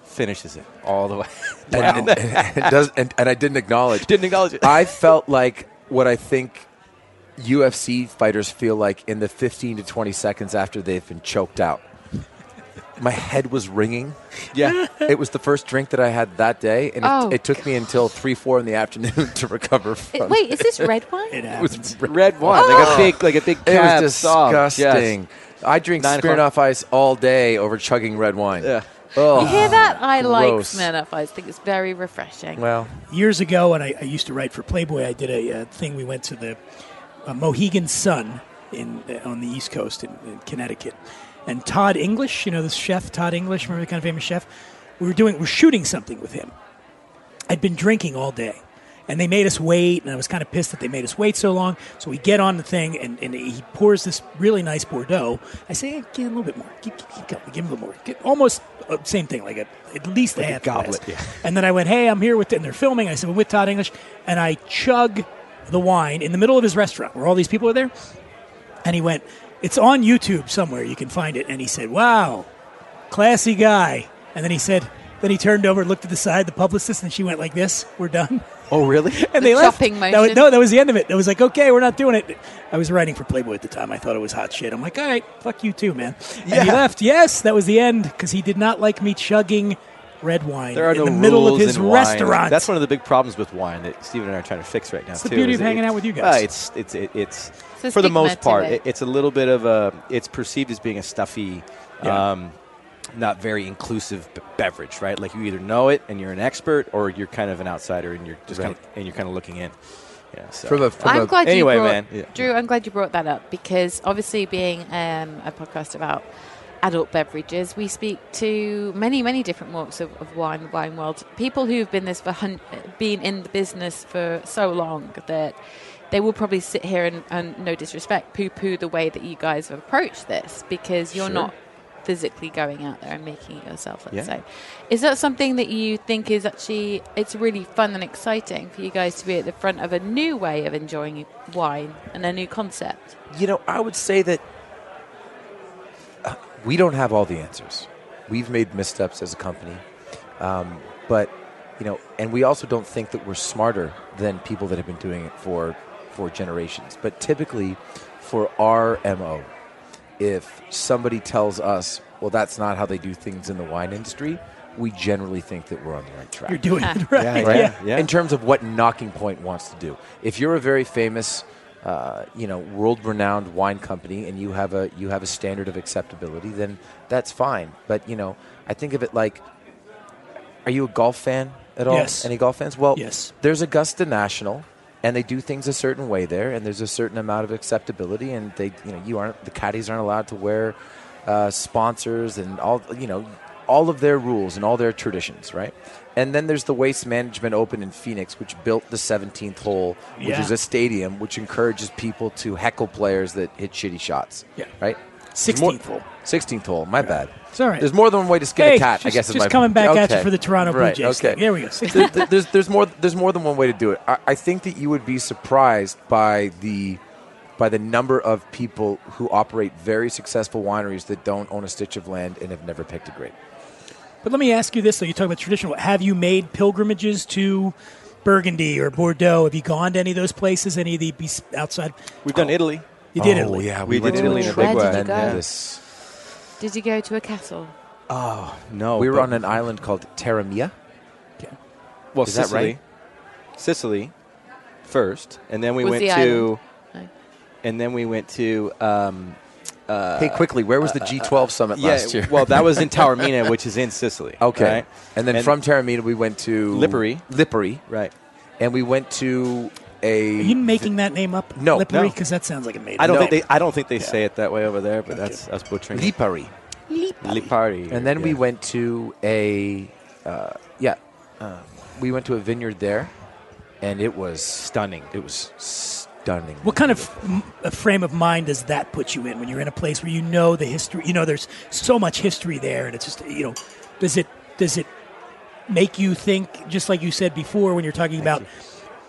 S8: finishes it all the way.
S7: And, and, and, does, and, and I didn't acknowledge.
S8: Didn't acknowledge it.
S7: I felt like what I think UFC fighters feel like in the 15 to 20 seconds after they've been choked out. My head was ringing.
S8: yeah,
S7: It was the first drink that I had that day, and it,
S6: Oh,
S7: it took me until three, four in the afternoon to recover from.
S6: It- wait, is this red
S5: It
S6: wine?
S5: happens.
S8: red wine, like a big, like a big.
S7: Ah. It was
S8: cab song. Yes.
S7: disgusting. I drink
S8: Nine
S7: Smirnoff
S8: o'clock.
S7: Ice all day over chugging red wine.
S8: Yeah.
S7: Oh,
S6: You
S8: Ah,
S6: hear that? I like
S7: gross.
S6: Smirnoff. I think it's very refreshing.
S7: well,
S5: years ago, and I, I used to write for Playboy. I did a, uh thing. We went to the uh, Mohegan Sun in uh, on the East Coast in, in Connecticut, and Todd English, you know this chef, Todd English, remember the kind of famous chef. We were doing, we're shooting something with him. I'd been drinking all day. And they made us wait, and I was kind of pissed that they made us wait so long. So we get on the thing, and, and he pours this really nice Bordeaux. I say, hey, give him a little bit more. Keep, keep, keep going. Give him a little more. Get- almost uh, same thing, like a, at least a half glass.
S8: goblet, yeah.
S5: And then I went, hey, I'm here with, and they're filming. I said, I'm with Todd English. And I chug the wine in the middle of his restaurant where all these people are there. And he went, It's on YouTube somewhere. You can find it. And he said, Wow, classy guy. And then he said, Then he turned over, looked to the side, the publicist, and she went like this, We're done.
S8: Oh really?
S5: And
S6: The
S5: they left.
S6: chopping
S5: That was-
S6: motion.
S5: no, that was the end of it. That was like, okay, we're not doing it. I was writing for Playboy at the time. I thought it was hot shit. I'm like, all right, fuck you too, man. And he
S8: Yeah.
S5: left. Yes, that was the end because he did not like me chugging red wine
S8: There are
S5: in
S8: no
S5: the middle of
S8: rules
S5: his
S8: in wine.
S5: restaurant.
S8: That's one of the big problems with wine that Steven and I are trying to fix right now.
S5: the
S8: too,
S5: beauty
S8: is
S5: of hanging
S8: it-
S5: out with you guys.
S8: well, it's it's it, it's,
S6: a
S8: for the
S6: stigma
S8: most
S6: to
S8: part,
S6: it.
S8: it- it's a little bit of a. It's perceived as being a stuffy,
S5: Yeah.
S8: um, not very inclusive b- beverage, right? Like you either know it and you're an expert, or you're kind of an outsider and you're just kind of, and you're kind of looking in. Yeah, so.
S7: from a from
S6: I'm
S7: a-
S6: glad
S8: anyway,
S6: you brought,
S8: man, yeah.
S6: Drew. I'm glad you brought that up because obviously, being um, a podcast about adult beverages, we speak to many, many different walks of, of wine, the wine world. People who've been this for hun- been in the business for so long that they will probably sit here and, and no disrespect, poo-poo the way that you guys have approached this because you're not physically going out there and making it yourself. Let's
S8: Yeah.
S6: say, is that something that you think is actually it's really fun and exciting for you guys to be at the front of a new way of enjoying wine and a new concept?
S7: You know, I would say that uh, we don't have all the answers. We've made missteps as a company, um, but you know, and we also don't think that we're smarter than people that have been doing it for for generations. But typically, for our mo, if somebody tells us, "Well, that's not how they do things in the wine industry," we generally think that we're on the right track
S5: You're doing it right.
S8: Yeah,
S7: right?
S8: yeah, yeah.
S7: In terms of what Knocking Point wants to do. If you're a very famous, uh, you know, world-renowned wine company, and you have a you have a standard of acceptability, then that's fine. But you know, I think of it like, are you a golf fan at all?
S5: Yes.
S7: Any golf fans? Well,
S5: Yes.
S7: There's Augusta National. And they do things a certain way there, and there's a certain amount of acceptability, and they, you know, you aren't the caddies aren't allowed to wear uh, sponsors and all, you know, all of their rules and all their traditions, right? And then there's the Waste Management Open in Phoenix, which built the 17th hole, which
S5: Yeah.
S7: is a stadium which encourages people to heckle players that hit shitty shots,
S5: Yeah.
S7: right?
S5: 16th hole.
S7: 16th hole, my bad.
S5: It's all right.
S7: There's more than one way to skin
S5: Hey,
S7: a cat, I
S5: just-
S7: guess. is
S5: just
S7: my-
S5: coming back at you
S7: Okay.
S5: for the Toronto Blue
S7: right,
S5: Jays
S7: Okay.
S5: thing. There we go.
S7: There- there- there's, there's, more, there's more than one way to do it. I, I think that you would be surprised by the, by the number of people who operate very successful wineries that don't own a stitch of land and have never picked a grape.
S5: But let me ask you this: though, you talk about traditional. Have you made pilgrimages to Burgundy or Bordeaux? Have you gone to any of those places? Any of the bes- outside?
S8: We've done Italy.
S5: You did
S7: Oh,
S5: Italy.
S7: yeah,
S8: We did
S7: went to
S8: Italy in a big
S6: Where did
S8: way. uh,
S6: you go?
S7: tremendous-
S6: Did you go to a castle?
S8: No,
S7: we were
S8: but-
S7: on an island called Terramia.
S8: well,
S7: is that
S8: Sicily,
S7: right?
S8: Sicily first, and then we
S6: Was
S8: went
S6: the
S8: to,
S6: island.
S8: and then we went to. Um,
S7: hey, quickly, where was the G12 summit
S8: yeah,
S7: last year?
S8: well, that was in Taormina, which is in Sicily.
S7: okay.
S8: right?
S7: And then
S8: And-
S7: from Terramina, we went to
S8: Lipari.
S7: Lipari,
S8: right.
S7: and we went to a.
S5: Are you making that name up?
S7: No,
S5: Lipari,
S8: no.
S5: because that sounds like a made.
S8: I don't
S7: No.
S8: think they. I don't think they say it that way over there, but that's us butchering. it.
S7: Lipari.
S8: Lipari.
S7: And then we
S8: yeah.
S7: went to a. Uh, yeah. Uh, we went to a vineyard there, and it was stunning. It was stunning.
S5: What kind of m- a frame of mind does that put you in when you're in a place where you know the history? You know, there's so much history there, and it's just you know, does it does it make you think? Just like you said before, when you're talking about,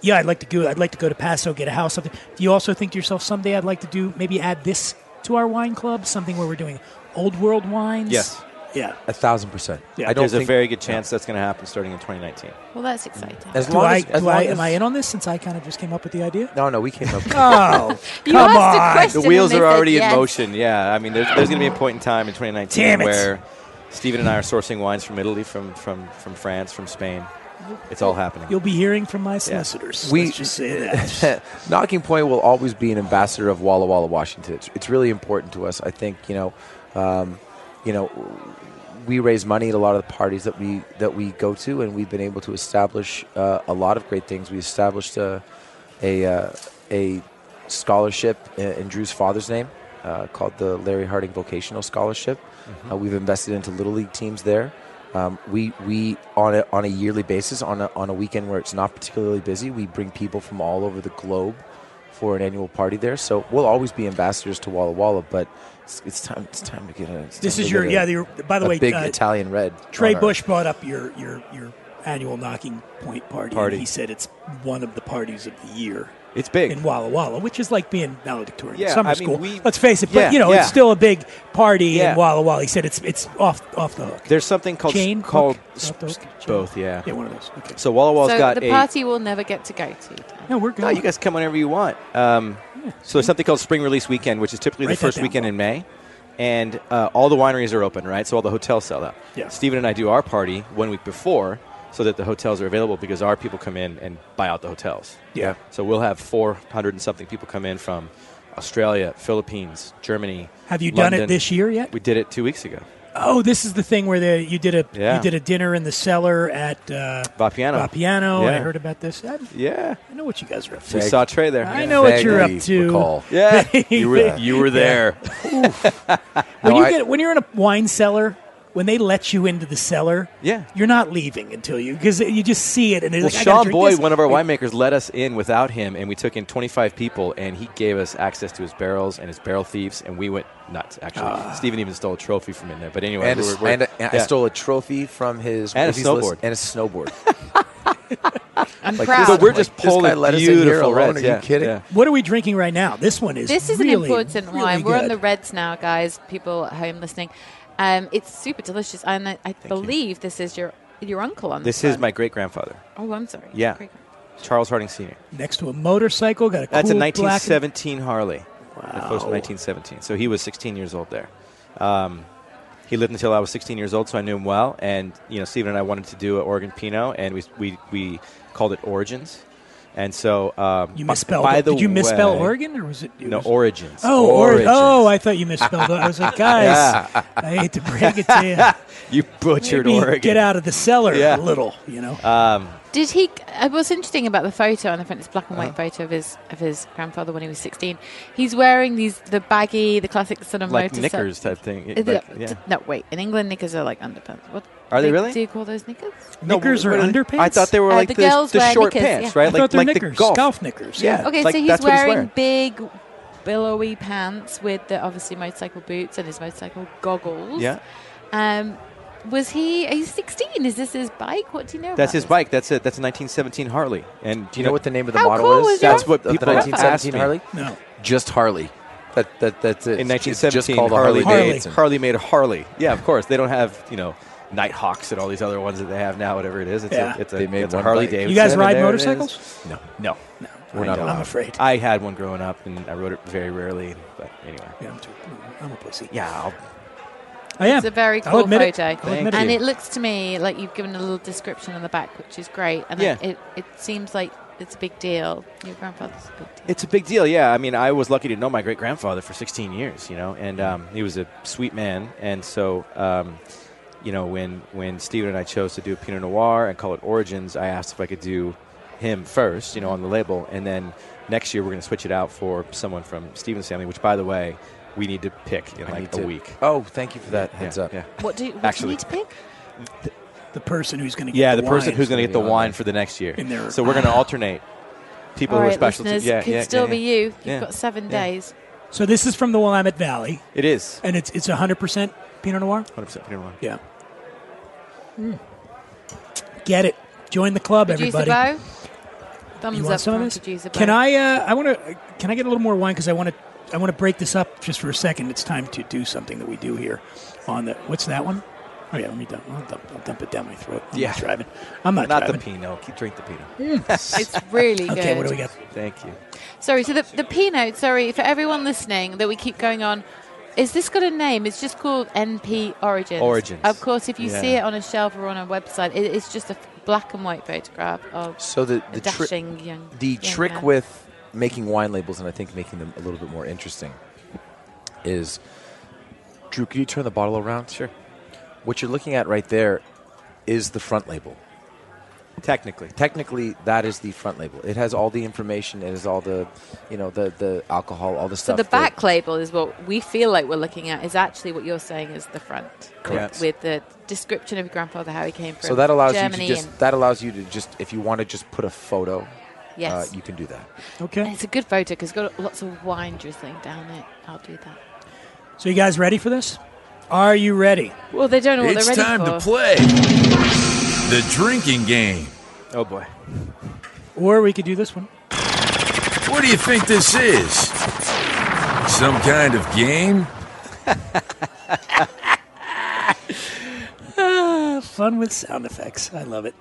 S5: yeah, I'd like to go. I'd like to go to Paso, get a house, something. Do you also think to yourself someday I'd like to do maybe add this to our wine club, something where we're doing old world wines?
S8: Yes.
S5: Yeah.
S7: A thousand percent.
S5: Yeah,
S7: I don't
S8: There's a
S7: think.
S8: very good chance that's going to happen starting in 2019.
S6: Well, that's exciting.
S8: Uh,
S7: as
S5: Do
S7: long
S5: I,
S7: as, as
S5: do I,
S7: long
S5: am
S7: as-
S5: I in on this since I kind of just came up with the idea?
S7: No, no, we came up.
S5: Oh,
S6: You
S5: come
S6: asked a
S5: on.
S6: question
S8: The wheels
S6: and
S8: are
S6: they said
S8: already
S6: yes.
S8: in motion. Yeah, I mean, there's, there's going to be a point in time in 2019
S5: Damn it.
S8: where Stephen and I are sourcing wines from Italy, from from from France, from Spain. It's all happening.
S5: You'll be hearing from my solicitors.
S7: We-
S5: Let's just say that.
S7: Knocking Point will always be an ambassador of Walla Walla, Washington. It's, it's really important to us. I think you know, um, you know, we raise money at a lot of the parties that we that we go to, and we've been able to establish uh, a lot of great things. We established a a, uh, a scholarship i- in Drew's father's name uh, called the Larry Harding Vocational Scholarship.
S5: Mm-hmm.
S7: Uh, we've invested into little league teams there. Um, we we on a, on a yearly basis on a, on a weekend where it's not particularly busy, we bring people from all over the globe for an annual party there. So we'll always be ambassadors to Walla Walla, but it's, it's time it's time to get a. it's
S5: This
S7: time
S5: is
S7: to
S5: your
S7: get
S5: yeah.
S7: a-
S5: Your, by the
S7: a
S5: way,
S7: big
S5: uh,
S7: Italian red.
S5: Trey
S7: on our-
S5: Bush brought up your your your annual knocking point party.
S8: Party.
S5: And he said it's one of the parties of the year
S8: It's big.
S5: in Walla Walla, which is like being valedictorian in
S8: Yeah,
S5: summer
S8: I mean,
S5: school.
S8: we-
S5: Let's face it,
S8: Yeah,
S5: but you know
S8: yeah.
S5: it's still a big party
S8: Yeah.
S5: in Walla Walla. He said it's it's off off the hook.
S8: There's something called
S5: Chain
S8: called
S5: hook?
S8: s-
S5: Off the hook? Chain?
S8: both. Yeah.
S5: yeah, one of those. Okay.
S8: So Walla Walla's
S6: so
S8: got
S6: the
S8: a
S6: party we'll never get to go to.
S5: No, we're good.
S8: No, you guys come whenever you want. Um, so there's something called Spring Release Weekend, which is typically
S5: Write
S8: the
S5: that
S8: first
S5: down.
S8: weekend in May, and uh, all the wineries are open, right? So all the hotels sell out.
S5: Yeah.
S8: Steven and I do our party one week before, so that the hotels are available because our people come in and buy out the hotels.
S7: Yeah.
S8: So we'll have 400 and something people come in from Australia, Philippines, Germany.
S5: Have you done it
S8: London.
S5: this year yet?
S8: We did it two weeks ago.
S5: Oh, this is the thing where the, you did a
S8: Yeah.
S5: you did a dinner in the cellar at uh,
S8: Vapiano.
S5: Vapiano.
S8: Yeah.
S5: I heard about this. I,
S8: Yeah.
S5: I know what you guys are up
S8: We
S5: to.
S7: Thank-
S8: saw Trey there.
S5: I know what you're up
S7: Vaguely
S5: to.
S7: recall.
S8: Yeah.
S5: You were-
S8: you were there.
S5: When
S7: No,
S5: you
S7: I-
S5: get when you're in a wine cellar when they let you into the cellar,
S8: Yeah.
S5: you're not leaving until you because you just see it and it's
S8: Well,
S5: like, I gotta
S8: Sean
S5: drink
S8: Boyd,
S5: this.
S8: one of our
S5: It-
S8: winemakers, let us in without him, and we took in 25 people, and he gave us access to his barrels and his barrel thieves, and we went nuts. Actually,
S5: Ah.
S8: Steven even stole a trophy from in there. But anyway,
S7: And, a-
S8: we were- we're-
S7: and, a- and I
S8: yeah.
S7: stole a trophy from his
S8: And a
S7: his list-
S8: snowboard.
S7: and a snowboard.
S6: I'm
S7: Like,
S6: proud.
S7: this-
S8: But we're just
S7: Like, this guy
S8: pulling
S7: let us in here
S8: beautiful
S7: alone,
S8: reds.
S7: are you
S8: yeah,
S7: kidding?
S8: yeah.
S5: What are we drinking right now? This one is
S6: This is an
S5: really,
S6: important
S5: really
S6: wine. We're on
S5: good.
S6: the reds now, guys. People at home listening, um, it's super delicious, and I, I believe this is your your uncle on
S8: This
S6: this.
S8: is my great grandfather,
S6: Oh, I'm sorry.
S8: Yeah.
S6: Great.
S8: Charles Harding Sr.
S5: next to a motorcycle. Got a
S8: That's
S5: cool
S8: a
S5: black and-
S8: 1917 Harley. The first
S5: Wow.
S8: 1917. So he was 16 years old there. Um, he lived until I was 16 years old, so I knew him well. And you know, Stephen and I wanted to do an Oregon Pinot, and we we, we called it Origins. And so um,
S5: You
S8: by-
S5: misspelled.
S8: By
S5: it.
S8: the
S5: Did you misspell
S8: way-
S5: Oregon or was it? it
S8: No,
S5: was-
S8: Origins.
S5: Oh,
S8: Origins.
S5: Oregon. oh, I thought you misspelled. it. I was like, guys, I hate to break it to you.
S8: you butchered
S5: Maybe
S8: Oregon.
S5: Get out of the cellar
S8: Yeah. Uh,
S5: a little, you know.
S6: Did he? Uh, what's interesting about the photo on the front, this black and
S8: Uh.
S6: white photo of his of his grandfather when he was 16. He's wearing these the baggy, the classic sort of
S8: Like
S6: motorcycle-
S8: knickers type thing.
S6: Is
S8: Like,
S6: it-
S8: yeah.
S6: No, wait. In England, knickers are like underpants. What
S8: Are they
S6: do-
S8: really?
S6: Do you call those knickers?
S5: knickers
S8: No,
S5: or
S8: what are they?
S5: underpants?
S8: I thought they were
S6: Uh,
S8: like
S6: the
S8: the,
S6: girls
S8: the
S6: wear
S8: short
S6: knickers,
S8: pants,
S6: yeah.
S8: right?
S5: I
S8: like
S5: thought they're
S8: like
S5: knickers,
S8: the golf.
S5: golf knickers.
S8: Yeah.
S6: Okay,
S8: Uh, Like,
S6: so he's
S8: that's what he's
S6: wearing,
S8: wearing.
S6: big, billowy pants with the obviously motorcycle boots and his motorcycle goggles.
S8: Yeah.
S6: Um, was he? He's 16. Is this his bike? What do you know?
S8: That's
S6: about
S8: his
S6: this?
S8: bike. That's it. That's a 1917 Harley. And
S7: Do you know what the name of the
S6: How
S7: model
S6: cool
S7: is?
S6: is That's
S8: yours? what
S7: Of the
S8: people ask
S7: 1917
S8: me.
S7: Harley.
S5: No.
S7: Just Harley. That that that's it.
S8: in
S7: It's
S8: 1917
S7: just called a
S8: Harley,
S5: Harley.
S8: made
S7: Davidson.
S8: Harley made a Harley. Yeah, of course. They don't have you know Nighthawks and all these other ones that they have now. Whatever it is, it's
S5: Yeah.
S8: a, it's a,
S7: They made
S8: it's a
S7: one
S8: Harley
S7: bike.
S8: Davidson.
S5: You guys
S8: and
S5: ride
S8: there it is.
S5: motorcycles?
S7: No.
S8: No,
S5: No,
S7: We're
S5: I
S7: not
S5: don't.
S7: allowed.
S5: I'm afraid.
S8: I had one growing up, and I rode it very rarely. But anyway,
S5: yeah, I'm, too, I'm a pussy.
S8: yeah, I'll,
S5: I am.
S6: It's a very
S5: I'll
S6: cool
S5: admit it.
S6: photo.
S5: I'll admit
S6: and
S5: it.
S6: it looks to me like you've given a little description on the back, which is great. And
S8: Yeah.
S6: it, it, it seems like it's a big deal. Your grandfather's a big deal.
S8: it's a big deal. Yeah, I mean, I was lucky to know my great grandfather for 16 years. You know, and um, he was a sweet man. And so, um, you know, when when Steven and I chose to do Pinot Noir and call it Origins, I asked if I could do him first, you know, on the label, and then next year we're going to switch it out for someone from Steven's family. Which, by the way, we need to pick in
S7: I
S8: like
S7: need
S8: a
S7: to-
S8: week.
S7: Oh, thank you for that heads
S8: yeah,
S7: up.
S8: Yeah.
S6: what do, you- what do you
S8: Actually-
S6: need to pick?
S5: the person who's going to
S8: Yeah, the, person who's going to
S7: gonna
S8: get the
S7: be on
S8: wine
S7: there.
S8: for the next year.
S5: In their-
S8: So we're going to alternate people
S6: All
S8: who are
S6: right,
S8: special.
S6: listeners,
S8: yeah,
S6: could
S8: yeah,
S6: still
S8: yeah,
S6: be
S8: yeah.
S6: you. You've
S8: Yeah.
S6: got seven
S8: Yeah.
S6: days.
S5: So this is from the Willamette Valley,
S8: It is.
S5: and it's it's 100 percent Pinot Noir.
S8: 100% Pinot Noir.
S5: Yeah. Hmm. Get it. Join the club,
S6: Producer
S5: everybody.
S6: Bo, thumbs
S5: You
S6: up
S5: want some
S6: from
S5: of this?
S6: producer Bo.
S5: Can I? Uh, I want to. Can I get a little more wine? Because I want to. I want to break this up just for a second. It's time to do something that we do here. On the what's that one? Oh yeah, let me dump. I'll dump, I'll dump it down my throat. I'm
S8: Yeah.
S5: not driving. I'm not,
S8: Not the
S5: driving.
S8: Pinot. Keep drink the Pinot.
S6: It's really good.
S5: okay, what do we got?
S8: Thank you.
S6: Sorry, so the, the Pinot, sorry, for everyone listening that we keep going on, is this got a name? It's just called NP Origins.
S8: Origins.
S6: Of course, if you see
S8: Yeah.
S6: it on a shelf or on a website, it, it's just a f- black and white photograph of
S7: So the
S6: a
S7: the trick
S6: dashing young.
S7: the
S6: young
S7: trick
S6: man.
S7: with making wine labels and I think making them a little bit more interesting is Drew, can you turn the bottle around? Sure. What you're looking at right there is the front label.
S8: Technically.
S7: Technically, that is the front label. It has all the information. It has all the, you know, the the alcohol, all the
S6: So
S7: stuff.
S6: the
S7: that-
S6: back label is what we feel like we're looking at, is actually what you're saying is the front.
S7: Correct.
S6: With, with the description of your grandfather, how he came from
S7: So that allows
S6: Germany.
S7: you to just uh,
S6: and,
S7: that allows you to just if you want to just put a photo,
S6: yes.
S7: uh, you can do that.
S6: and
S5: Okay.
S6: it's a good photo because it's got lots of wine drizzling down it. I'll do that.
S5: So you guys ready for this? Are you ready?
S6: Well, they don't know what
S4: It's
S6: they're ready
S4: time to
S6: for.
S4: play the drinking game.
S8: Oh, boy.
S5: Or we could do this one.
S4: What do you think this is? Some kind of game?
S5: Fun with sound effects. I love it.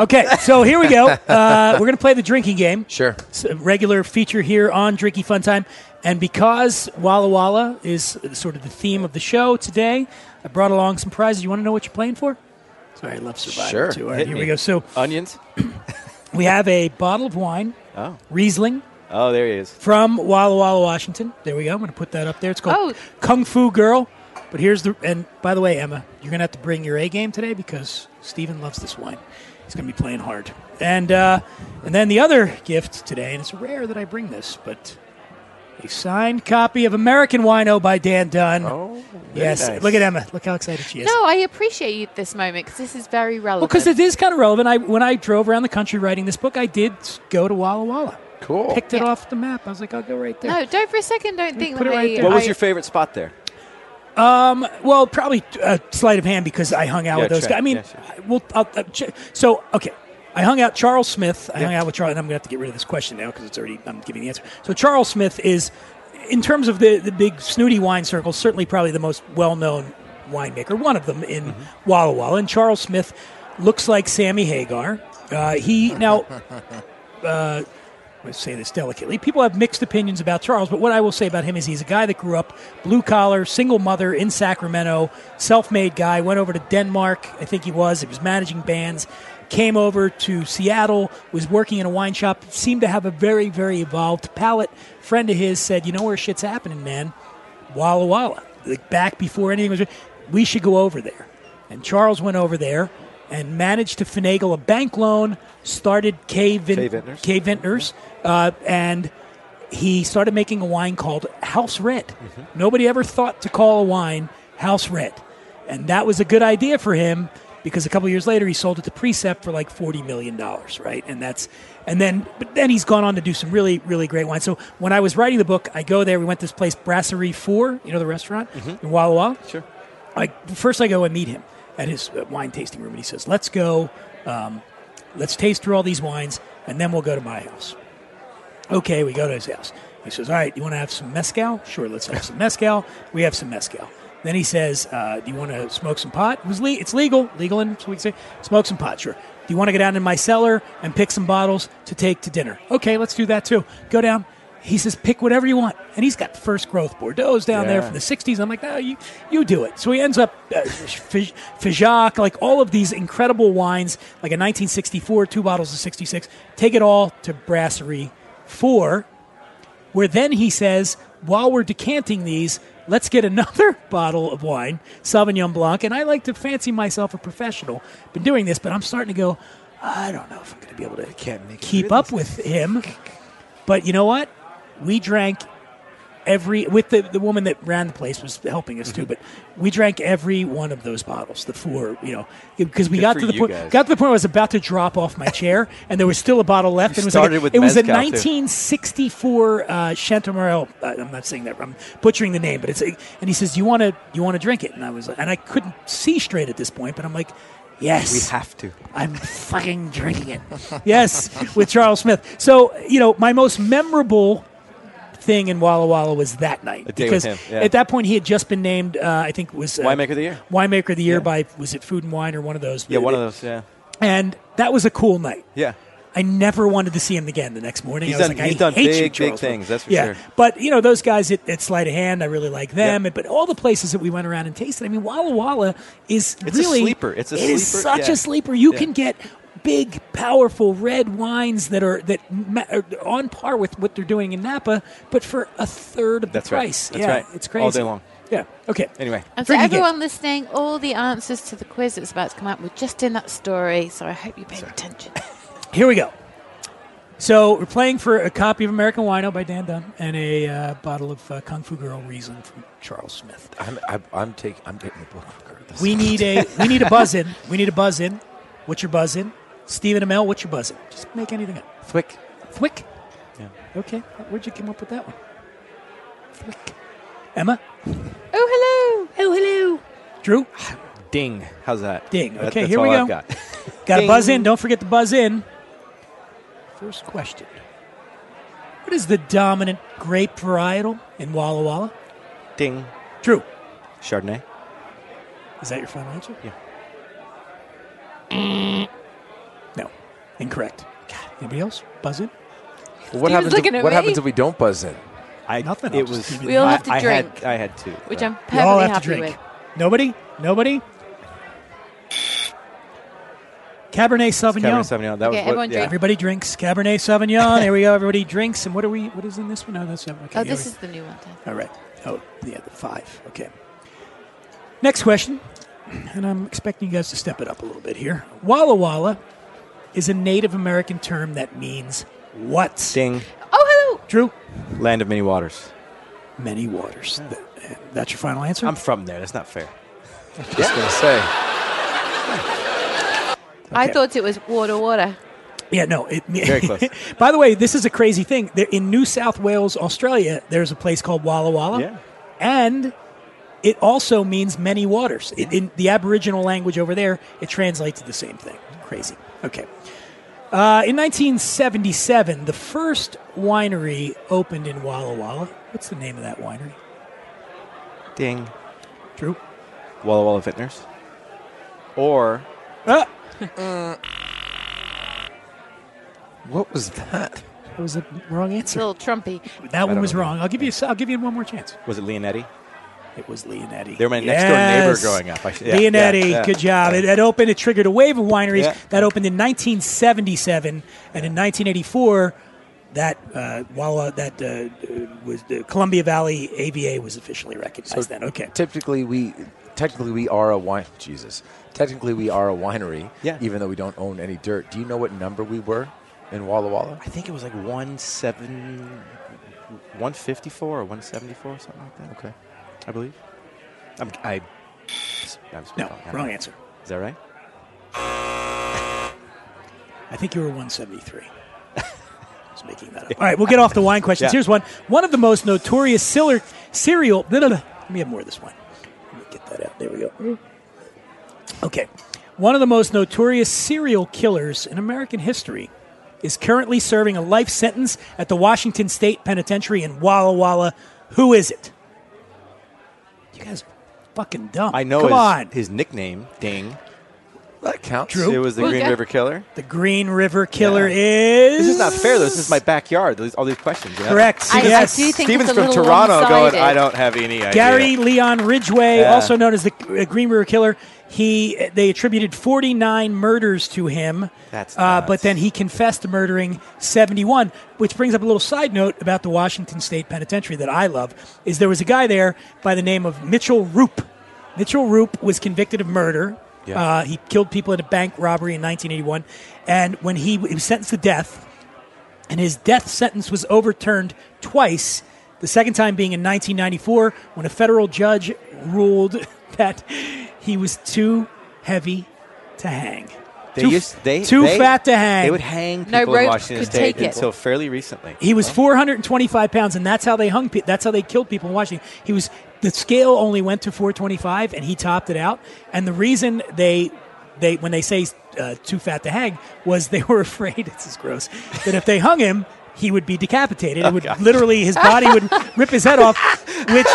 S5: Okay, so here we go. Uh, we're going to play the drinking game.
S7: Sure.
S5: It's a regular feature here on Drinky Fun Time. And because Walla Walla is sort of the theme of the show today, I brought along some prizes. You want to know what you're playing for? Sorry, I love Survivor
S7: Sure.
S5: too. All right,
S8: Hit
S5: here
S8: me.
S5: we go. So
S8: Onions?
S5: we have a bottle of wine,
S8: Oh.
S5: Riesling,
S8: Oh, there he is.
S5: from Walla Walla, Washington. There we go. I'm going to put that up there. It's called
S6: Oh.
S5: Kung Fu Girl. But here's the and by the way, Emma, you're going to have to bring your A game today because Steven loves this wine. He's going to be playing hard. And uh, and then the other gift today, and it's rare that I bring this, but a signed copy of American Wino by Dan Dunn.
S7: Oh, very
S5: yes.
S7: nice.
S5: Look at Emma. Look how excited she is.
S6: No, I appreciate this moment because this is very
S5: Well,
S6: relevant.
S5: because it is kind of relevant. I when I drove around the country writing this book, I did s- go to Walla Walla.
S7: Cool.
S5: Picked it
S6: Yeah.
S5: off the map. I was like, I'll go right there.
S6: no, don't for a second. Don't think
S5: put
S6: that
S5: it right
S6: I-
S5: there.
S8: What was
S6: I-
S8: your favorite spot there?
S5: Well, probably uh, sleight of hand because I hung out
S8: Yeah,
S5: with those
S8: check.
S5: guys. I mean,
S8: Yeah, sure.
S5: I- well, I'll, uh, ch- so okay, I hung out Charles Smith. I hung out with Charles, and I'm going to have to get rid of this question now because it's already I'm giving the answer. So Charles Smith is, in terms of the the big snooty wine circles, certainly probably the most well known winemaker, one of them in
S8: Mm-hmm.
S5: Walla Walla. And Charles Smith looks like Sammy Hagar. Uh, he now I say this delicately. People have mixed opinions about Charles, but what I will say about him is he's a guy that grew up blue collar, single mother in Sacramento, self made guy, went over to Denmark, I think he was. He was managing bands, came over to Seattle, was working in a wine shop, seemed to have a very, very evolved palate. Friend of his said, You know where shit's happening, man? Walla Walla. Like back before anything was, we should go over there. And Charles went over there and managed to finagle a bank loan, started K, Vin-
S8: K Vintners.
S5: K Vintners, uh, and he started making a wine called House Red. Nobody ever thought to call a wine House Red. And that was a good idea for him because a couple years later he sold it to Precept for like $40 million, right? And that's, and then, but then he's gone on to do some really, really great wine. So when I was writing the book, I go there, we went to this place, Brasserie 4, you know, the restaurant in Walla Walla. Sure. I, first I go and meet him at his uh, wine tasting room and he says, let's go, um, let's taste through all these wines and then we'll go to my house. Okay, we go to his house. He says, All right, you want to have some mezcal? Sure, let's have some mezcal. We have some mezcal. Then he says, uh, Do you want to smoke some pot? It was le- it's legal, legal in so we can say, Smoke some pot, sure. Do you want to go down in my cellar and pick some bottles to take to dinner? Okay, let's do that too. Go down. He says, Pick whatever you want. And he's got first growth Bordeaux's down there
S8: Yeah.
S5: from the 60s. I'm like, No, you, you do it. So he ends up, uh, Fij- Figeac, like all of these incredible wines, like a 1964, two bottles of 66. Take it all to Brasserie 4 where then he says, while we're decanting these, let's get another bottle of wine, Sauvignon Blanc. And I like to fancy myself a professional. Been doing this, but I'm starting to go, I don't know if I'm going to be able to
S7: can't make it
S5: keep
S7: through
S5: up
S7: this.
S5: with him. But you know what? We drank every with the, the woman that ran the place was helping us
S8: Mm-hmm.
S5: too but we drank every one of those bottles the four you know because we
S8: Good
S5: got
S8: for
S5: to the
S8: you
S5: point
S8: guys.
S5: got to the point where i was about to drop off my chair and there was still a bottle left
S8: You
S5: and it was like
S8: started
S5: a,
S8: with
S5: it was a
S8: mezcal, too.
S5: 1964 uh, Chantamarel. Uh, I'm not saying that. I'm butchering the name, but it's. a- And he says, "You want to? You want to drink it?" And I was, and I couldn't see straight at this point, but I'm like, "Yes,
S8: We have to.
S5: I'm fucking drinking it." yes, with Charles Smith. So you know, my most memorable thing in Walla Walla was that night
S8: A day
S5: because
S8: with him, yeah.
S5: at that point he had just been named, uh, I think, was uh,
S8: Winemaker of the Year.
S5: winemaker of the year by was it Food and Wine or one of those?
S8: Yeah, one of those. Yeah,
S5: And that was a cool night.
S8: yeah.
S5: I never wanted to see him again the next morning.
S8: He's
S5: I was
S8: done-
S5: like, I
S8: he's done
S5: hate you,
S8: big, big
S5: Charles.
S8: things, that's for
S5: yeah.
S8: sure.
S5: But you know, those guys at, at Sleight of Hand, I really like them. But all the places that we went around and tasted, I mean, Walla Walla is
S8: It's a
S5: really
S8: sleeper. It's a
S5: it is
S8: sleeper,
S5: such
S8: yeah.
S5: a sleeper. You
S8: Yeah.
S5: can get big, powerful red wines that are that ma- are on par with what they're doing in Napa, but for a third of
S8: That's
S5: the
S8: right.
S5: price.
S8: That's
S5: yeah,
S8: right.
S5: it's crazy
S8: All day long.
S5: Yeah. Okay.
S8: Anyway,
S6: And for
S5: Drinking game.
S6: everyone listening, all the answers to the quiz that's about to come out were just in that story, so I hope you paid attention. Oh,
S5: Here we go. So we're playing for a copy of American Wino by Dan Dunn and a uh, bottle of uh, Kung Fu Girl Riesling from Charles Smith.
S7: I'm, I'm, I'm taking. I'm getting the book. regardless.
S5: We need a we need a buzz in. We need a buzz in. What's your buzz in? Stephen Amell, what's your buzz in? Just make anything up.
S7: Thwick.
S5: Thwick.
S8: Yeah.
S5: Okay. Where'd you come up with that one? Thwick. Emma.
S6: oh, hello!
S5: Oh, hello. Drew.
S8: ding. How's that?
S5: Ding.
S8: That-
S5: Okay,
S8: that's
S5: here we
S8: all
S5: go.
S8: I've got.
S5: Got to
S8: Ding.
S5: buzz in. Don't forget to buzz in. First question. What is the dominant grape varietal in Walla Walla?
S8: ding.
S5: Drew.
S8: Chardonnay.
S5: Is that your final answer?
S8: Yeah.
S5: no. Incorrect. God. Anybody else? Buzz in?
S7: Well, what
S6: He was
S7: happens?
S6: looking
S7: If,
S6: at
S7: what
S6: me.
S7: happens if we don't buzz in?
S8: I,
S5: Nothing, I'll
S8: It
S5: just
S8: was.
S5: give you
S6: We all
S8: I-
S6: have to
S8: I had-
S6: drink.
S8: I had two. Uh,
S6: Which
S8: but-
S6: I'm
S5: You
S6: perfectly
S5: all have to
S6: happy
S5: drink.
S6: with.
S5: Nobody? Nobody? Cabernet Sauvignon.
S8: Cabernet Sauvignon. That
S6: Okay,
S8: was
S6: everyone
S8: what, yeah.
S6: drink.
S5: Everybody drinks Cabernet Sauvignon. there we go. Everybody drinks. And what are we? What is in this one? Oh, that's okay.
S6: Oh,
S5: yeah,
S6: this
S5: we-
S6: is the new one. Dan.
S5: All right. Oh, yeah, the five. Okay. Next question, and I'm expecting you guys to step it up a little bit here. Walla Walla is a Native American term that means what?
S8: Ding.
S6: Oh, hello!
S5: Drew?
S8: Land of many waters.
S5: Many waters. Th- That's your final answer?
S8: I'm from there. That's not fair.
S7: Just gonna say.
S6: I
S5: Okay.
S6: thought it was water, water.
S5: Yeah, no. It,
S8: Very close.
S5: By the way, this is a crazy thing. There, in New South Wales, Australia, there's a place called Walla Walla.
S8: Yeah.
S5: And it also means many waters. It, in the Aboriginal language over there, it translates to the same thing. Crazy. Okay. Uh, in 1977, the first winery opened in Walla Walla. What's the name of that winery?
S8: Ding.
S5: Drew?
S8: Walla Walla Vintners. Or
S5: Ah,
S7: What was that?
S5: that was the wrong
S6: It's
S5: answer.
S6: a little trumpy.
S5: that one
S8: don't
S5: was
S8: know.
S5: wrong. I'll give you. I'll give you one more chance.
S8: was it Leonetti?
S5: It was Leonetti.
S8: They were my next-door neighbor growing up. I should- yeah,
S5: Leonetti,
S8: yeah, yeah.
S5: good job. It, that opened, it triggered a wave of wineries.
S8: Yeah.
S5: That opened in 1977, and in 1984, that uh, Walla, that uh, was the Columbia Valley AVA was officially recognized. then okay,
S7: Typically, we technically we are a wine. Jesus. Technically, we are a winery.
S8: Yeah.
S7: Even though we don't own any dirt. Do you know what number we were in Walla Walla?
S8: I think it was like one seven, 154 or 174, something like that. Okay. I believe. I'm, I, I'm
S5: no, wrong answer.
S8: Is that right?
S5: I think you were 173. I was making that up. All right, we'll get off the wine questions.
S8: Yeah.
S5: Here's one. One of the most notorious ciller, cereal. No, no, no. Let me have more of this wine. Let me get that out. There we go. Okay. One of the most notorious serial killers in American history is currently serving a life sentence at the Washington State Penitentiary in Walla Walla. Who is it? You guys are fucking dumb.
S8: I know
S5: Come
S8: his,
S5: on.
S8: his nickname, Ding.
S7: That counts.
S5: Drew?
S8: It was the
S6: Well,
S8: Green
S6: yeah.
S8: River Killer.
S5: the Green River Killer is.
S8: This is not fair, though. This is my backyard. These- All these questions. you know?
S5: Correct.
S6: I,
S5: yes.
S6: I do think
S8: Steven's
S6: it's a
S8: from
S6: little
S8: Toronto going,
S6: one-sided.
S8: I don't have any idea.
S5: Gary Leon Ridgway,
S8: Yeah.
S5: also known as the uh, Green River Killer, he they attributed 49 murders to him.
S8: That's
S5: uh,
S8: nuts.
S5: but then he confessed to murdering 71, which brings up a little side note about the Washington State Penitentiary that I love is there was a guy there by the name of Mitchell Roop. Mitchell Roop was convicted of murder.
S7: Yeah.
S5: Uh, he killed people at a bank robbery in 1981, and when he, he was sentenced to death, and his death sentence was overturned twice. The second time being in 1994 when a federal judge ruled that he was too heavy to hang.
S8: They
S5: too
S8: used, they,
S5: too
S8: they-
S5: fat to hang.
S8: They would hang
S6: No
S8: people in
S6: rope
S8: Washington
S6: could
S8: State
S6: take it.
S8: until fairly recently.
S5: He was 425 pounds, and that's how they hung. Pe- that's how they killed people in Washington. He was the scale only went to 425, and he topped it out. And the reason they they when they say uh, too fat to hang was they were afraid. It's as gross that if they hung him. He would be decapitated. It would literally his body would rip his head off, which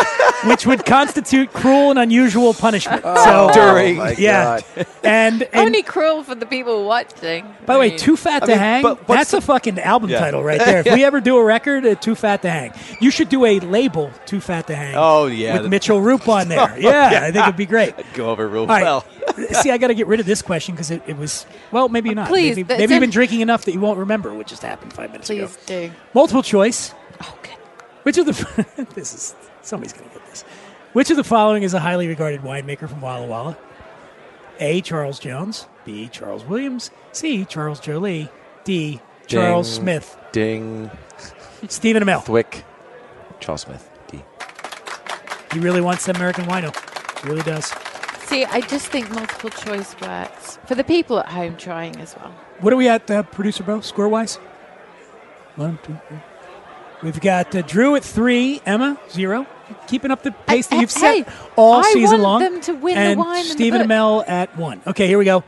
S5: which would constitute cruel and unusual punishment. so
S8: During-
S7: Oh, my
S5: yeah,
S7: God.
S5: and, and
S6: Only cruel for the people watching.
S5: by the
S6: I
S5: way,
S6: mean,
S5: Too Fat to
S8: mean,
S5: Hang,
S8: but what's
S5: that's
S8: the-
S5: a fucking album
S8: Yeah.
S5: title right there. If we ever do a record, uh, Too Fat to Hang. You should do a label, Too Fat to Hang.
S8: Oh, yeah.
S5: With Mitchell Roop on there. yeah, I think it'd be great.
S8: Go over real
S5: All right.
S8: well.
S5: See, I got to get rid of this question because it, it was, well, maybe not.
S6: Uh, Please,
S5: Maybe,
S6: that's
S5: maybe you've
S6: in-
S5: been drinking enough that you won't remember what just happened five minutes ago.
S6: Please do.
S5: Multiple choice.
S6: Oh, good.
S5: Which of the this is somebody's going to get this. Which of the following is a highly regarded winemaker from Walla Walla? A. Charles Jones. B. Charles Williams. C. Charles Jolie. D. Charles
S7: Ding.
S5: Smith.
S7: Ding.
S5: Stephen Amell.
S7: Thwick. Charles Smith. D.
S5: He really wants the American wino. He really does.
S6: See, I just think multiple choice works for the people at home trying as well.
S5: What are we at, uh, producer bro? Score wise? One, two, three. We've got uh, Drew at three, Emma zero. Keeping up the pace that
S6: I-
S5: you've
S6: hey,
S5: set all
S6: I
S5: season long.
S6: want them to win the
S5: and
S6: wine and the
S5: Stephen
S6: book.
S5: Amell at one. Okay, here we go.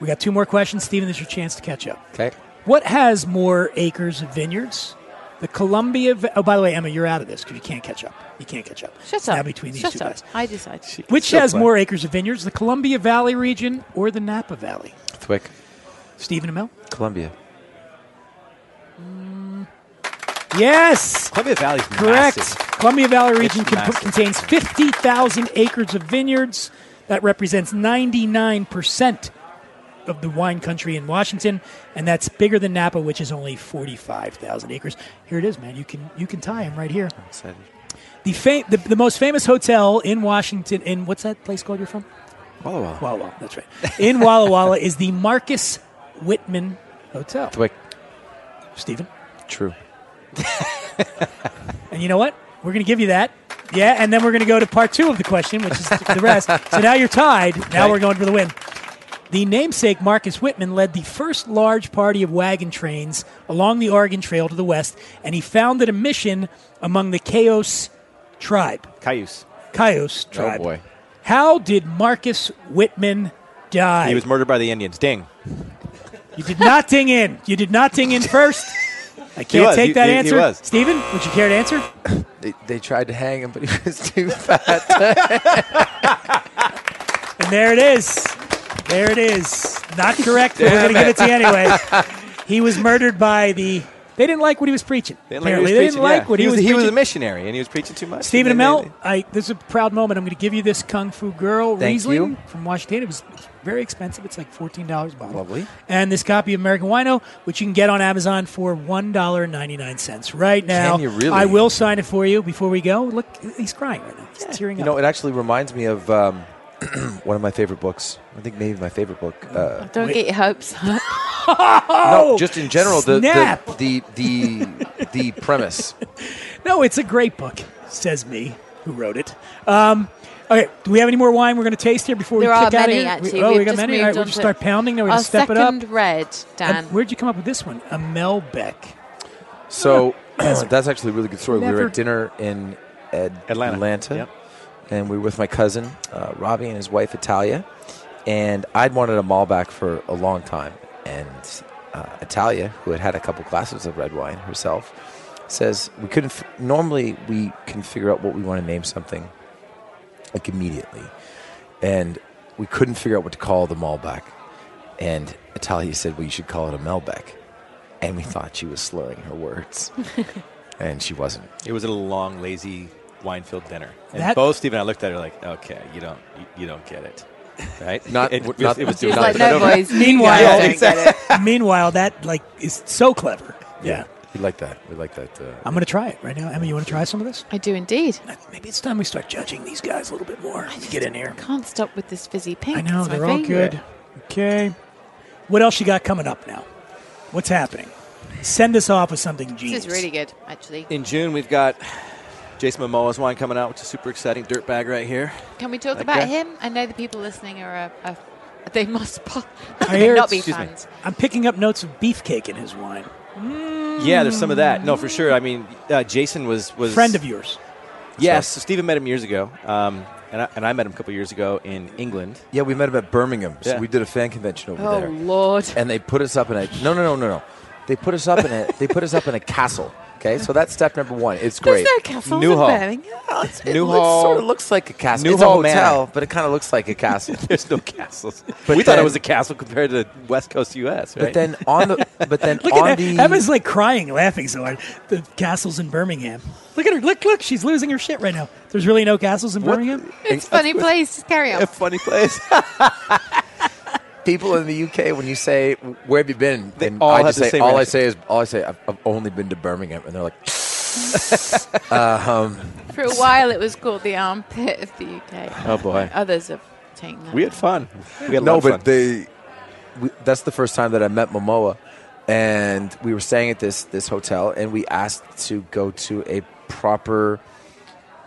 S5: We got two more questions. Stephen, this is your chance to catch up.
S7: Okay.
S5: What has more acres of vineyards? The Columbia. Vi- Oh, by the way, Emma, you're out of this because you can't catch up. You can't catch up.
S6: Shut
S5: It's
S6: up.
S5: Now between these
S6: Shut
S5: two
S6: up.
S5: guys.
S6: I decide.
S5: Which
S8: Still
S5: has
S8: play.
S5: more acres of vineyards, the Columbia Valley region or the Napa Valley?
S7: Thwick.
S5: Stephen Amell?
S7: Columbia.
S5: Yes!
S8: Columbia Valley's
S5: Correct.
S8: massive.
S5: Columbia Valley region
S8: It's
S5: comp-
S8: massive.
S5: contains 50,000 acres of vineyards. That represents 99% of the wine country in Washington, and that's bigger than Napa, which is only 45,000 acres. Here it is, man. You can you can tie him right here.
S8: Excited.
S5: The, fa- the the most famous hotel in Washington, in what's that place called you're from?
S8: Walla Walla.
S5: Walla Walla. That's right. In Walla Walla is the Marcus Whitman Hotel.
S7: Thwick.
S5: Stephen.
S7: True.
S5: and you know what? We're going to give you that. Yeah, and then we're going to go to part two of the question, which is the rest. So now you're tied. Now
S8: Right.
S5: we're going for the win. The namesake Marcus Whitman led the first large party of wagon trains along the Oregon Trail to the west, and he founded a mission among the Cayuse tribe.
S8: Cayuse.
S5: Cayuse
S7: Oh,
S5: tribe.
S8: Oh, boy.
S5: How did Marcus Whitman die?
S8: He was murdered by the Indians. Ding.
S5: You did not ding in. You did not ding in first. I can't
S8: was.
S5: take
S8: He-
S5: that
S8: he- he
S5: answer.
S8: was.
S5: Steven, would you care to answer?
S7: They, they tried to hang him, but he was too fat.
S5: And there it is. There it is. Not correct, but we're going to give it to you anyway. He was murdered by the. They didn't like what he was preaching.
S8: They didn't like
S5: apparently,
S8: what he was preaching,
S5: they didn't like
S8: yeah.
S5: what
S8: he was. he was a
S5: preaching.
S8: missionary, and he was preaching too much.
S5: Stephen
S8: And they-
S5: Amell, I, this is a proud moment. I'm going to give you this Kung Fu Girl
S7: Thank
S5: Riesling
S7: you.
S5: from Washington. It was very expensive. It's like $14 a bottle.
S7: Lovely.
S5: And this copy of American Wino, which you can get on Amazon for $1.99 right now.
S7: you really?
S5: I will sign it for you before we go. Look, he's crying right now. He's tearing
S7: you
S5: up.
S7: know, it actually reminds me of um, one of my favorite books. I think maybe my favorite book. Uh,
S6: Don't get your hopes up.
S7: no, just in general, the
S5: snap.
S7: the the the, the premise.
S5: No, it's a great book, says me, who wrote it. Um, okay, do we have any more wine we're going to taste here before
S6: There
S5: we
S6: are
S5: kick out of
S6: many,
S5: here?
S6: actually.
S5: We, oh,
S6: We've
S5: we got
S6: just
S5: many.
S6: moved
S5: All right, we're
S6: on
S5: going to
S6: to
S5: start pounding. Now we're
S6: Our
S5: going to step it up.
S6: second red,
S5: And
S6: Dan.
S5: where'd you come up with this one? Amel Beck.
S7: So that's actually a really good story. We were
S5: Never-
S7: at dinner in Ed-
S8: Atlanta. Yep.
S7: and we were with my cousin uh, Robbie and his wife Italia, and I'd wanted a Malbec for a long time, and uh, Italia, who had had a couple glasses of red wine herself, says we couldn't. F- normally, we can figure out what we want to name something like immediately, and we couldn't figure out what to call the Malbec, and Italia said, "Well, you should call it a Melbec," and we thought she was slurring her words, and she wasn't.
S8: It was a long, lazy, wine-filled dinner, and
S5: That-
S8: both Steve and I looked at her like, "Okay, you don't, you, you don't get it, right?"
S7: Not-
S8: it,
S7: not-
S8: it was
S6: She was
S8: not-
S6: like, no,
S8: not over.
S6: boys.
S5: Meanwhile-
S6: you guys
S5: Yeah,
S6: don't get it.
S5: Meanwhile, that like is so clever. Yeah.
S7: we like that. We like that. Uh,
S5: I'm going to try it right now. Emma, you want to try some of this?
S6: I do indeed.
S5: Maybe it's time we start judging these guys a little bit more. Get in here.
S6: Can't stop with this fizzy pink.
S5: I know,
S6: It's my
S5: they're all
S6: favorite.
S5: good. Okay. What else you got coming up now? What's happening? Send us off with something genius.
S6: This is really good, actually.
S8: In June, we've got Jason Momoa's wine coming out, which is super exciting. Dirtbag right here.
S6: Can we talk
S8: Like
S6: about
S8: that?
S6: him? I know the people listening are, uh, uh, they must po-
S5: I
S6: they
S5: hear
S6: not
S5: it's-
S6: be
S8: excuse me.
S6: fans.
S5: I'm picking up notes of beefcake in his wine.
S8: Yeah, there's some of that. No, for sure. I mean, uh, Jason was was
S5: Friend of yours.
S8: Yes, so Stephen met him years ago, um, and I, and I met him a couple years ago in England.
S7: yeah, we met him at Birmingham. So
S8: Yeah.
S7: we did a fan convention over
S6: Oh
S7: there,
S6: Lord!
S7: and they put us up in a no, no, no, no, no. They put us up in a they put us up in a castle. Okay, so that's step number one. It's
S6: There's
S7: great.
S6: no castles
S8: Newhall.
S6: in Birmingham.
S7: it
S8: Newhall-
S7: looks, sort of looks like a castle. it's a
S8: Newhall
S7: hotel,
S8: Manor.
S7: but it kind of looks like a castle.
S8: There's no castles.
S7: But
S8: we thought
S7: then-
S8: it was a castle compared to West Coast U.S. Right?
S7: But then on the but then
S5: Look
S7: on
S5: at
S7: the
S5: that. Emma's like crying, laughing so hard. The castles in Birmingham. Look at her. Look, look. She's losing her shit right now. There's really no castles in Birmingham?
S6: It's a funny place. Just carry on.
S8: a funny place.
S7: people in the UK when you say where have you been,
S8: They
S7: and
S8: all
S7: I
S8: have
S7: just
S8: the
S7: say
S8: same
S7: all I
S8: reaction.
S7: say is all I say I've, I've only been to Birmingham, and they're like,
S6: For a while, it was called the armpit of the UK.
S8: Oh, boy.
S6: Others have taken that.
S8: we had fun. We had a lot
S7: no,
S8: of fun.
S7: but they. We, that's the first time that I met Momoa, and we were staying at this this hotel, and we asked to go to a proper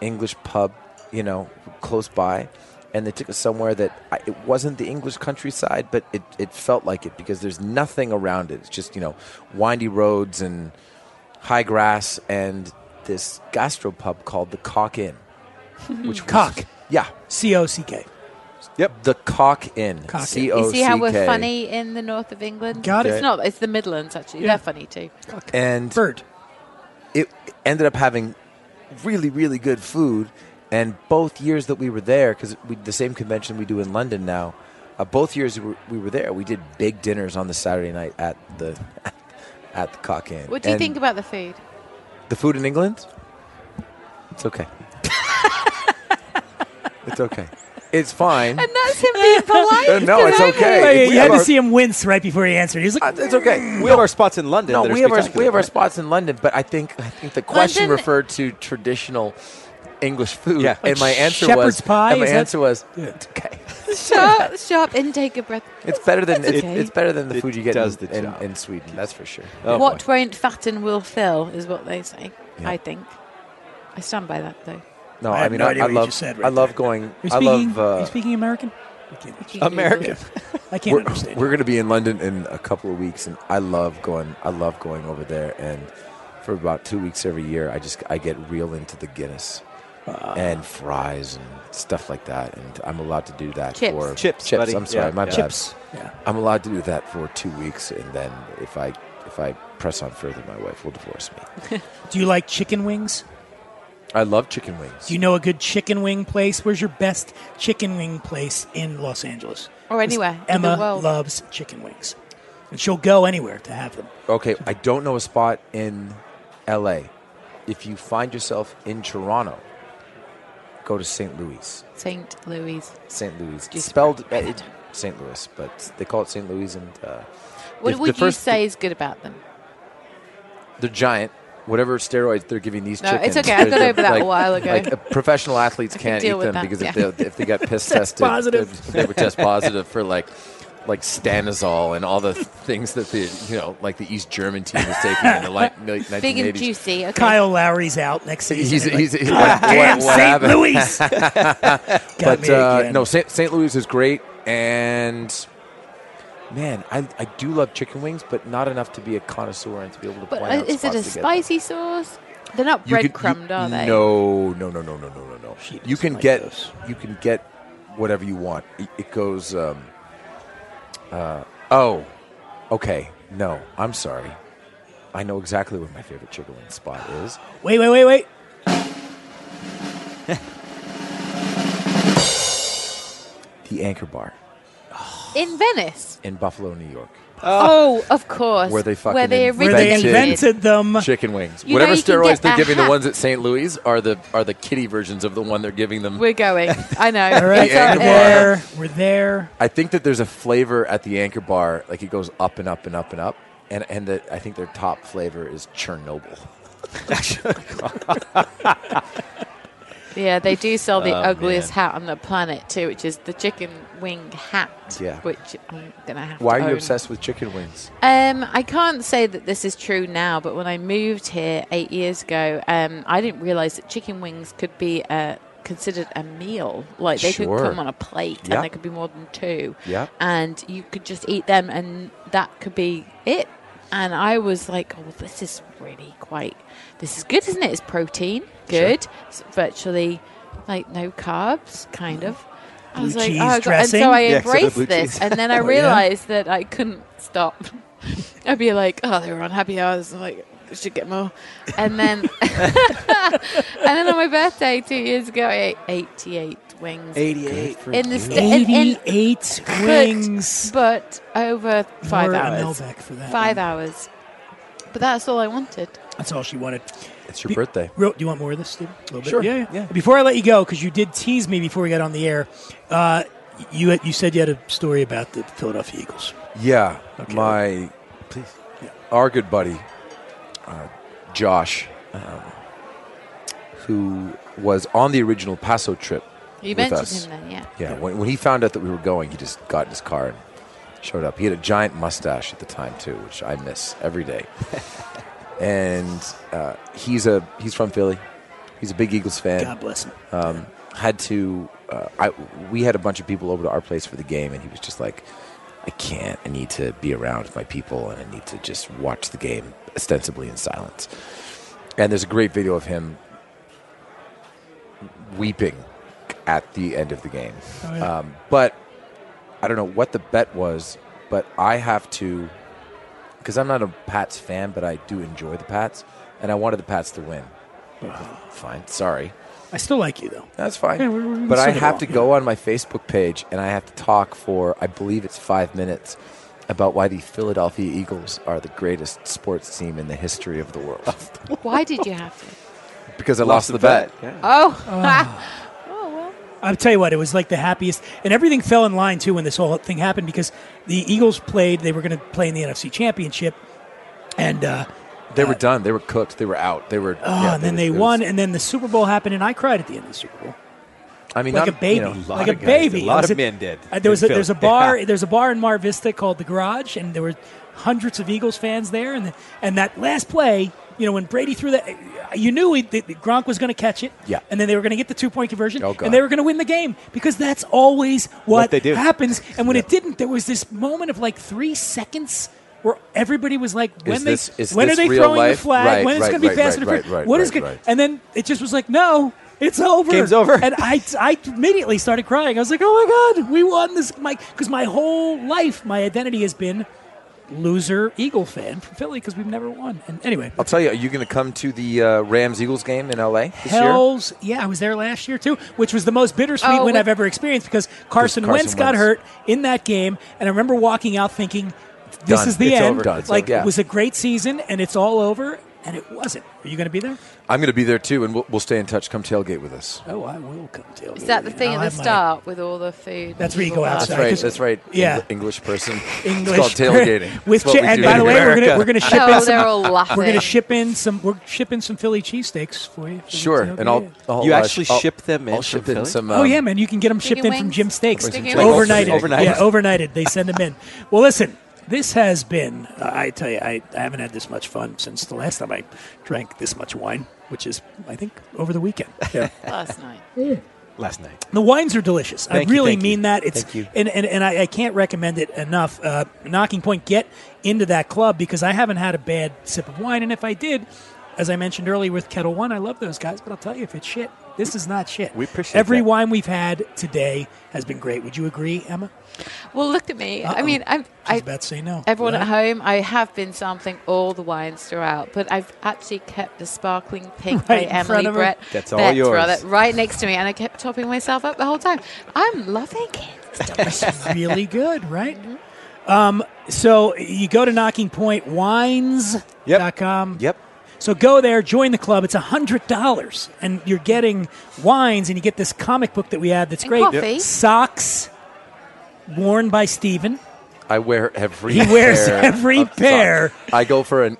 S7: English pub, you know, close by, and they took us somewhere that I, it wasn't the English countryside, but it it felt like it because there's nothing around it. It's just you know windy roads and high grass and this gastropub called the Cock Inn, which was-
S5: Cock.
S7: yeah,
S5: C O C K.
S7: yep, the Cock Inn,
S5: Cock Inn.
S7: C
S6: You
S7: O C
S6: see how we're
S7: K.
S6: funny in the north of England?
S5: Got
S6: it's
S5: it.
S6: not. It's the Midlands actually.
S5: Yeah.
S6: They're funny too.
S7: and
S5: Bird.
S7: it ended up having really, really good food. And both years that we were there, because the same convention we do in London now, uh, both years we were, we were there, we did big dinners on the Saturday night at the at the Cock Inn.
S6: What do you
S7: And
S6: think about the food?
S7: the food in England? It's okay. it's okay. It's fine.
S6: And that's him being polite.
S7: Uh, no, it's okay.
S5: Wait,
S7: We
S5: you had
S7: have
S5: to
S7: our-
S5: see him wince right before he answered. He's like,
S7: Uh, It's okay.
S8: we have our spots in London.
S7: No,
S8: that are
S7: we have our we
S8: spectacular.
S7: have our spots in London, but I think I think the question
S6: London-
S7: referred to traditional English food.
S8: Yeah.
S7: and my answer
S5: shepherd's
S7: was
S5: pie,
S7: And my
S5: is that-
S7: answer was it's okay.
S6: sharp, sharp intake of breath.
S7: It's better than
S6: That's
S7: it-
S6: okay.
S7: it's better than the
S8: It
S7: food you get
S8: does
S7: in,
S8: the
S7: in,
S8: job.
S7: in Sweden. That's for sure.
S8: Oh,
S6: what
S8: boy.
S6: won't fatten will fill is what they say.
S7: Yeah.
S6: I think. I stand by that though.
S7: No,
S5: I
S7: I,
S5: have
S7: mean
S5: no
S7: I,
S5: idea
S7: I
S5: what you
S7: love
S5: just said
S7: I
S5: right
S7: love
S5: there.
S7: going.
S5: Are you
S7: I
S5: speaking,
S7: love.
S5: are you
S7: Uh,
S5: speaking American? I can't,
S8: American.
S5: I can't
S7: we're,
S5: understand.
S7: we're going to be in London in a couple of weeks, and I love going. I love going over there, and for about two weeks every year, I just I get real into the Guinness and fries and stuff like that, and I'm allowed to do that
S6: Chips.
S7: for
S8: Chips,
S7: Chips.
S8: buddy.
S7: I'm sorry,
S8: Yeah,
S7: my
S8: yeah.
S7: bad.
S5: Chips. Yeah.
S7: I'm allowed to do that for two weeks, and then if I if I press on further, my wife will divorce me.
S5: Do you like chicken wings?
S7: I love chicken wings.
S5: Do you know a good chicken wing place? Where's your best chicken wing place in Los Angeles?
S6: Or anywhere in the
S5: Emma
S6: world.
S5: loves chicken wings. And she'll go anywhere to have them.
S7: Okay, I don't know a spot in LA. If you find yourself in Toronto, go to St. Louis.
S6: Saint Louis.
S7: St. Louis.
S6: Just
S7: Spelled
S6: right.
S7: uh, it- St. Louis, but they call it St. Louis and uh,
S6: What
S7: if
S6: would
S7: the
S6: you
S7: first-
S6: say is good about them?
S7: They're giant. Whatever steroids they're giving these
S6: No, it's
S7: chickens.
S6: okay. I
S7: they're-
S6: got
S7: they're
S6: over that a while ago.
S7: Like uh, professional athletes
S6: I can
S7: can't
S6: deal
S7: eat
S6: with
S7: them
S6: that,
S7: because
S6: yeah.
S7: if they if they got piss tested,
S5: positive.
S7: if they were test positive for like like stanozol and all the things that the you know like the East German team was taking in the like late 1980s.
S6: Big and juicy. Okay.
S5: Kyle Lowry's out next season.
S7: He's,
S5: Like,
S7: he's, he's-
S5: "God
S7: what-
S5: damn
S7: what- what
S5: St.
S7: happened?
S5: Louis. Got
S7: but
S5: me
S7: uh,
S5: again.
S7: no, St. St. Louis is great, and man, I, I do love chicken wings, but not enough to be a connoisseur and to be able to.
S6: But
S7: point
S6: uh,
S7: out
S6: is it
S7: spots
S6: a
S7: to get them.
S6: spicy sauce? They're not
S7: You could-
S6: breadcrumbed,
S7: you-
S6: are they?
S7: No, no, no, no, no, no, no, no.
S5: She
S7: You
S5: doesn't
S7: can
S5: like
S7: get
S5: those.
S7: you can get whatever you want. It, it goes. Um, uh, oh, okay. No, I'm sorry. I know exactly where my favorite chicken wing spot is.
S5: Wait, wait, wait, wait.
S7: The Anchor Bar
S6: In Venice.
S7: in Buffalo, New York.
S6: Oh, of course.
S7: Where they fucking
S6: where they
S5: Where
S7: invented-
S5: they
S6: originated.
S7: Invented.
S5: invented them.
S7: chicken wings.
S6: You know
S7: Whatever
S6: you can
S7: steroids
S6: get
S7: they're
S6: a
S7: giving
S6: hat.
S7: the ones at St. Louis are the are the kitty versions of the one they're giving them.
S6: We're going. I know.
S5: All right,
S6: It's up
S5: we're
S7: Anchor
S6: there.
S5: there. We're there.
S7: I think that there's a flavor at the Anchor Bar, like it goes up and up and up and up, and and the, I think their top flavor is Chernobyl.
S6: Yeah, they do sell the
S8: Oh,
S6: ugliest
S8: man.
S6: hat on the planet too, which is the chicken wing hat.
S7: Yeah.
S6: Which I'm gonna have. to
S7: Why are you
S6: own.
S7: obsessed with chicken wings?
S6: Um, I can't say that this is true now, but when I moved here eight years ago, um, I didn't realize that chicken wings could be uh, considered a meal. Like they
S7: Sure.
S6: could come on a plate,
S7: Yeah.
S6: and there could be more than two.
S7: Yeah.
S6: and you could just eat them, and that could be it. And I was like, "Oh, this is really quite. This is good, isn't it? It's protein, good. It's virtually like no carbs, kind of." I
S5: Blue
S6: was like,
S5: cheese
S6: "Oh, God." and
S5: dressing?
S6: so I
S8: Yeah, except the
S6: embraced
S8: blue
S6: this,
S8: cheese.
S6: and then I
S5: Oh, yeah?
S6: realized that I couldn't stop. I'd be like, oh, they were on happy hours. I'm like, I should get more. And then, and then on my birthday two years ago, I ate 88 wings.
S8: 88.
S6: In the sta- in- in-
S5: 88 wings.
S6: But over five
S5: We're an
S6: hours.
S5: Outback for that
S6: Five
S5: one.
S6: hours. But that's all I wanted.
S5: That's all she wanted.
S7: It's your
S5: Be-
S7: birthday.
S5: Ro- do you want more of this, Steve? A little bit?
S7: Sure.
S5: Yeah, yeah.
S7: Yeah.
S5: Before I let you go, because you did tease me before we got on the air, uh, you had- you said you had a story about the Philadelphia Eagles.
S7: Yeah,
S5: Okay.
S7: my please, our good buddy, uh, Josh, um, who was on the original Paso trip.
S6: You
S7: with
S6: mentioned
S7: us.
S6: him then, yeah.
S7: Yeah, when, when he found out that we were going, he just got in his car and showed up. He had a giant mustache at the time too, which I miss every day. and uh, he's a he's from Philly. He's a big Eagles fan
S5: God bless them.
S7: um, had to. Uh, I we had a bunch of people over to our place for the game, and he was just like, "I can't. I need to be around my people, and I need to just watch the game ostensibly in silence." And there's a great video of him weeping at the end of the game.
S5: Oh, yeah.
S7: um, but I don't know what the bet was, but I have to because I'm not a Pats fan, but I do enjoy the Pats, and I wanted the Pats to win. Fine, sorry.
S5: I still like you, though.
S7: That's fine.
S5: Yeah, we're- we're
S7: but I
S5: sort of
S7: have
S5: wrong,
S7: to
S5: yeah.
S7: go on my Facebook page and I have to talk for, I believe it's five minutes, about why the Philadelphia Eagles are the greatest sports team in the history of the world.
S6: Why did you have to?
S7: because I lost, the bet.
S6: Oh. oh, well.
S5: I'll tell you what, it was like the happiest. And everything fell in line, too, when this whole thing happened because the Eagles played, they were going to play in the NFC Championship. And, uh,
S7: They were done. They were cooked. They were out. They were.
S5: oh,
S7: yeah,
S5: and then
S7: was-
S5: they
S7: it was-
S5: won, and then the Super Bowl happened, and I cried at the end of the Super Bowl.
S7: I mean,
S5: like a
S7: not- you
S5: baby,
S7: know,
S8: lot
S5: like a
S8: of guys did.
S5: baby.
S8: A lot
S5: I was
S8: of
S5: at-
S8: men did
S5: I- there was a,
S8: in
S5: there's a
S8: Philly.
S5: bar
S8: Yeah.
S5: there's a bar in Mar Vista called the Garage, and there were hundreds of Eagles fans there. And the, and that last play you know, when Brady threw that, you knew he, that Gronk was going to catch it.
S7: Yeah.
S5: And then they were going to get the two point conversion.
S7: Oh, God.
S5: and they were going to win the game because that's always what,
S8: they do.
S5: happens. And when it didn't, there was this moment of like three seconds. Where everybody was like, when
S7: Is
S5: they,
S7: this- is
S5: when
S7: this
S5: are they
S7: real
S5: throwing the
S7: life?
S5: flag?
S7: Right,
S5: when is
S7: right,
S5: going to be
S7: right,
S5: fast
S7: right,
S5: and
S7: right,
S5: free?
S7: right,
S5: What is
S7: right,
S5: good?
S7: right.
S5: And then it just was like, no, it's over.
S8: Game's over.
S5: And I, I immediately started crying. I was like, oh my god, we won this, Mike, because my whole life, my identity has been loser Eagle fan from Philly because we've never won. And anyway,
S7: I'll tell you, are you going to come to the uh, Rams Eagles game in LA this year?
S5: Hell's yeah, I was there last year too, which was the most bittersweet
S6: Oh,
S5: win
S6: wait.
S5: I've ever experienced because Carson,
S7: Carson
S5: Wentz got
S7: Wentz.
S5: hurt in that game, and I remember walking out thinking, "This
S7: Done.
S5: is the
S7: It's
S5: end."
S7: over. Done. It's
S5: Like
S7: over. Yeah.
S5: it was a great season, and it's all over, and it wasn't. Are you going to be there?
S7: I'm going to be there too, and we'll, we'll stay in touch. Come tailgate with us.
S5: Oh, I will come to.
S6: Is that the thing at the start with all the food?
S5: That's where you
S6: people
S5: go
S6: buy?
S5: outside.
S7: That's right.
S5: Just-
S7: That's right.
S5: yeah.
S7: Eng- English person.
S5: English
S7: It's called tailgating.
S5: with
S7: That's
S5: chi-
S7: what we
S5: and
S7: do
S5: by
S7: in
S5: the way, we're
S7: America.
S5: gonna we're gonna ship in
S6: No,
S5: some,
S6: Oh, they're all laughing.
S5: we're gonna ship in some we're shipping some Philly cheesesteaks for you. for the
S7: Sure,
S5: tailgate.
S7: and I'll, I'll
S8: You
S7: uh,
S8: actually
S7: I'll-
S8: ship them in
S7: I'll ship
S8: from
S7: in
S8: Philly?
S7: some.
S5: oh
S7: um,
S5: yeah, man! You can get them shipped
S6: Chicken
S5: in from
S6: wings?
S5: Jim Steaks.
S6: Chicken
S5: Overnighted,
S6: wings?
S8: Overnighted.
S5: yeah, overnighted. They send them in. Well, listen, this has been. I tell you, I, I haven't had this much fun since the last time I drank this much wine, which is I think over the weekend.
S6: last night.
S8: last night.
S5: The wines are delicious.
S8: Thank
S5: I
S8: you,
S5: really
S8: thank you.
S5: mean that. It's
S8: Thank you.
S5: and and, and I, I can't recommend it enough. Uh, Knocking Point, get into that club because I haven't had a bad sip of wine, and if I did, as I mentioned earlier with Kettle One, I love those guys. But I'll tell you, if it's shit, this is not shit.
S8: We appreciate
S5: every
S8: that.
S5: wine we've had today has been great. Would you agree, Emma?
S6: Well, look at me. I
S5: Uh-oh.
S6: mean, I'm,
S5: I was
S6: I,
S5: about to say no.
S6: everyone
S5: What?
S6: at home, I have been sampling all the wines throughout, but I've actually kept the sparkling pink
S5: Right in
S6: by Emily
S5: front of her.
S6: Brett.
S8: That's all
S6: Betts,
S8: yours.
S6: rather, right next to me, and I kept topping myself up the whole time. I'm loving it. It's delicious.
S5: really good, right? Um, so you go to Knocking Point Wines dot com.
S8: Yep.
S5: So go there, join the club. It's hundred dollars, and you're getting wines, and you get this comic book that we had. That's
S6: And
S5: great.
S6: coffee.
S5: Socks worn by Steven.
S7: I wear every.
S5: He wears
S7: pair
S5: every
S7: of socks.
S5: pair.
S7: I go for an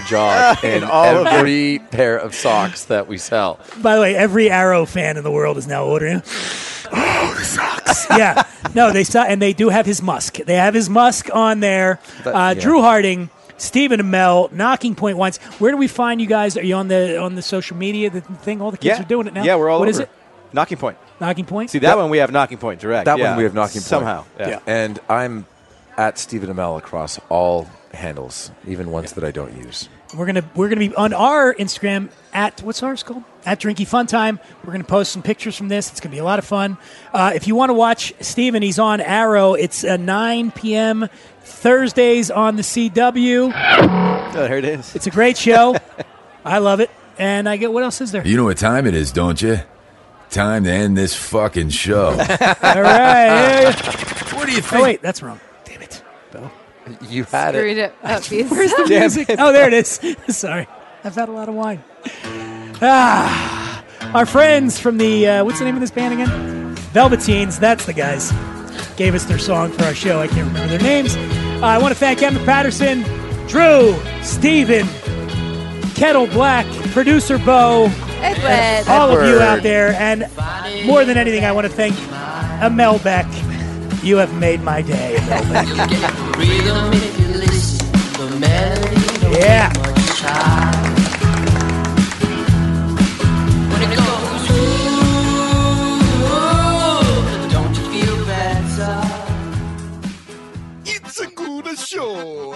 S7: jog in every pair of socks that we sell.
S5: By the way, every Arrow fan in the world is now ordering. it. Oh, the socks. yeah. No, they saw, and they do have his musk. They have his musk on there.
S7: But-
S5: uh,
S7: yeah.
S5: Drew Harding, Stephen Amell, Knocking Point Wines. Where do we find you guys? Are you on the on the social media? The thing. All the kids
S8: yeah.
S5: are doing it now.
S8: Yeah, we're all
S5: What
S8: over.
S5: is it?
S8: Knocking point.
S5: Knocking Point.
S8: See that one we have knocking point direct.
S7: That
S8: yeah.
S7: one we have knocking point.
S8: somehow.
S5: Yeah.
S8: Yeah.
S7: And I'm at Stephen Amell across all handles, even ones that I don't use.
S5: We're gonna we're gonna be on our Instagram at what's ours called at Drinky Fun Time. We're gonna post some pictures from this. It's gonna be a lot of fun. Uh, if you want to watch Steven, he's on Arrow. It's uh, 9 p.m. Thursdays on the CW.
S8: Oh, there it is.
S5: It's a great show. I love it. And I get what else is there?
S4: You know what time it is, don't you? Time to end this fucking show.
S5: All right.
S4: what do you think?
S5: Oh wait, that's wrong. Damn it.
S7: You had
S6: Screwed
S7: it.
S6: it up
S5: Where's the
S6: yourself.
S5: music? Oh, there it is. Sorry, I've had a lot of wine. Ah, our friends from the uh, what's the name of this band again? Velveteens. That's the guys. Gave us their song for our show. I can't remember their names. Uh, I want to thank Emma Patterson, Drew, Steven, Kettle Black, producer Bo,
S6: Edward.
S5: all of you out there, and more than anything, I want to thank Amel Beck. You have made my day, Amel Beck.
S10: Rhythm if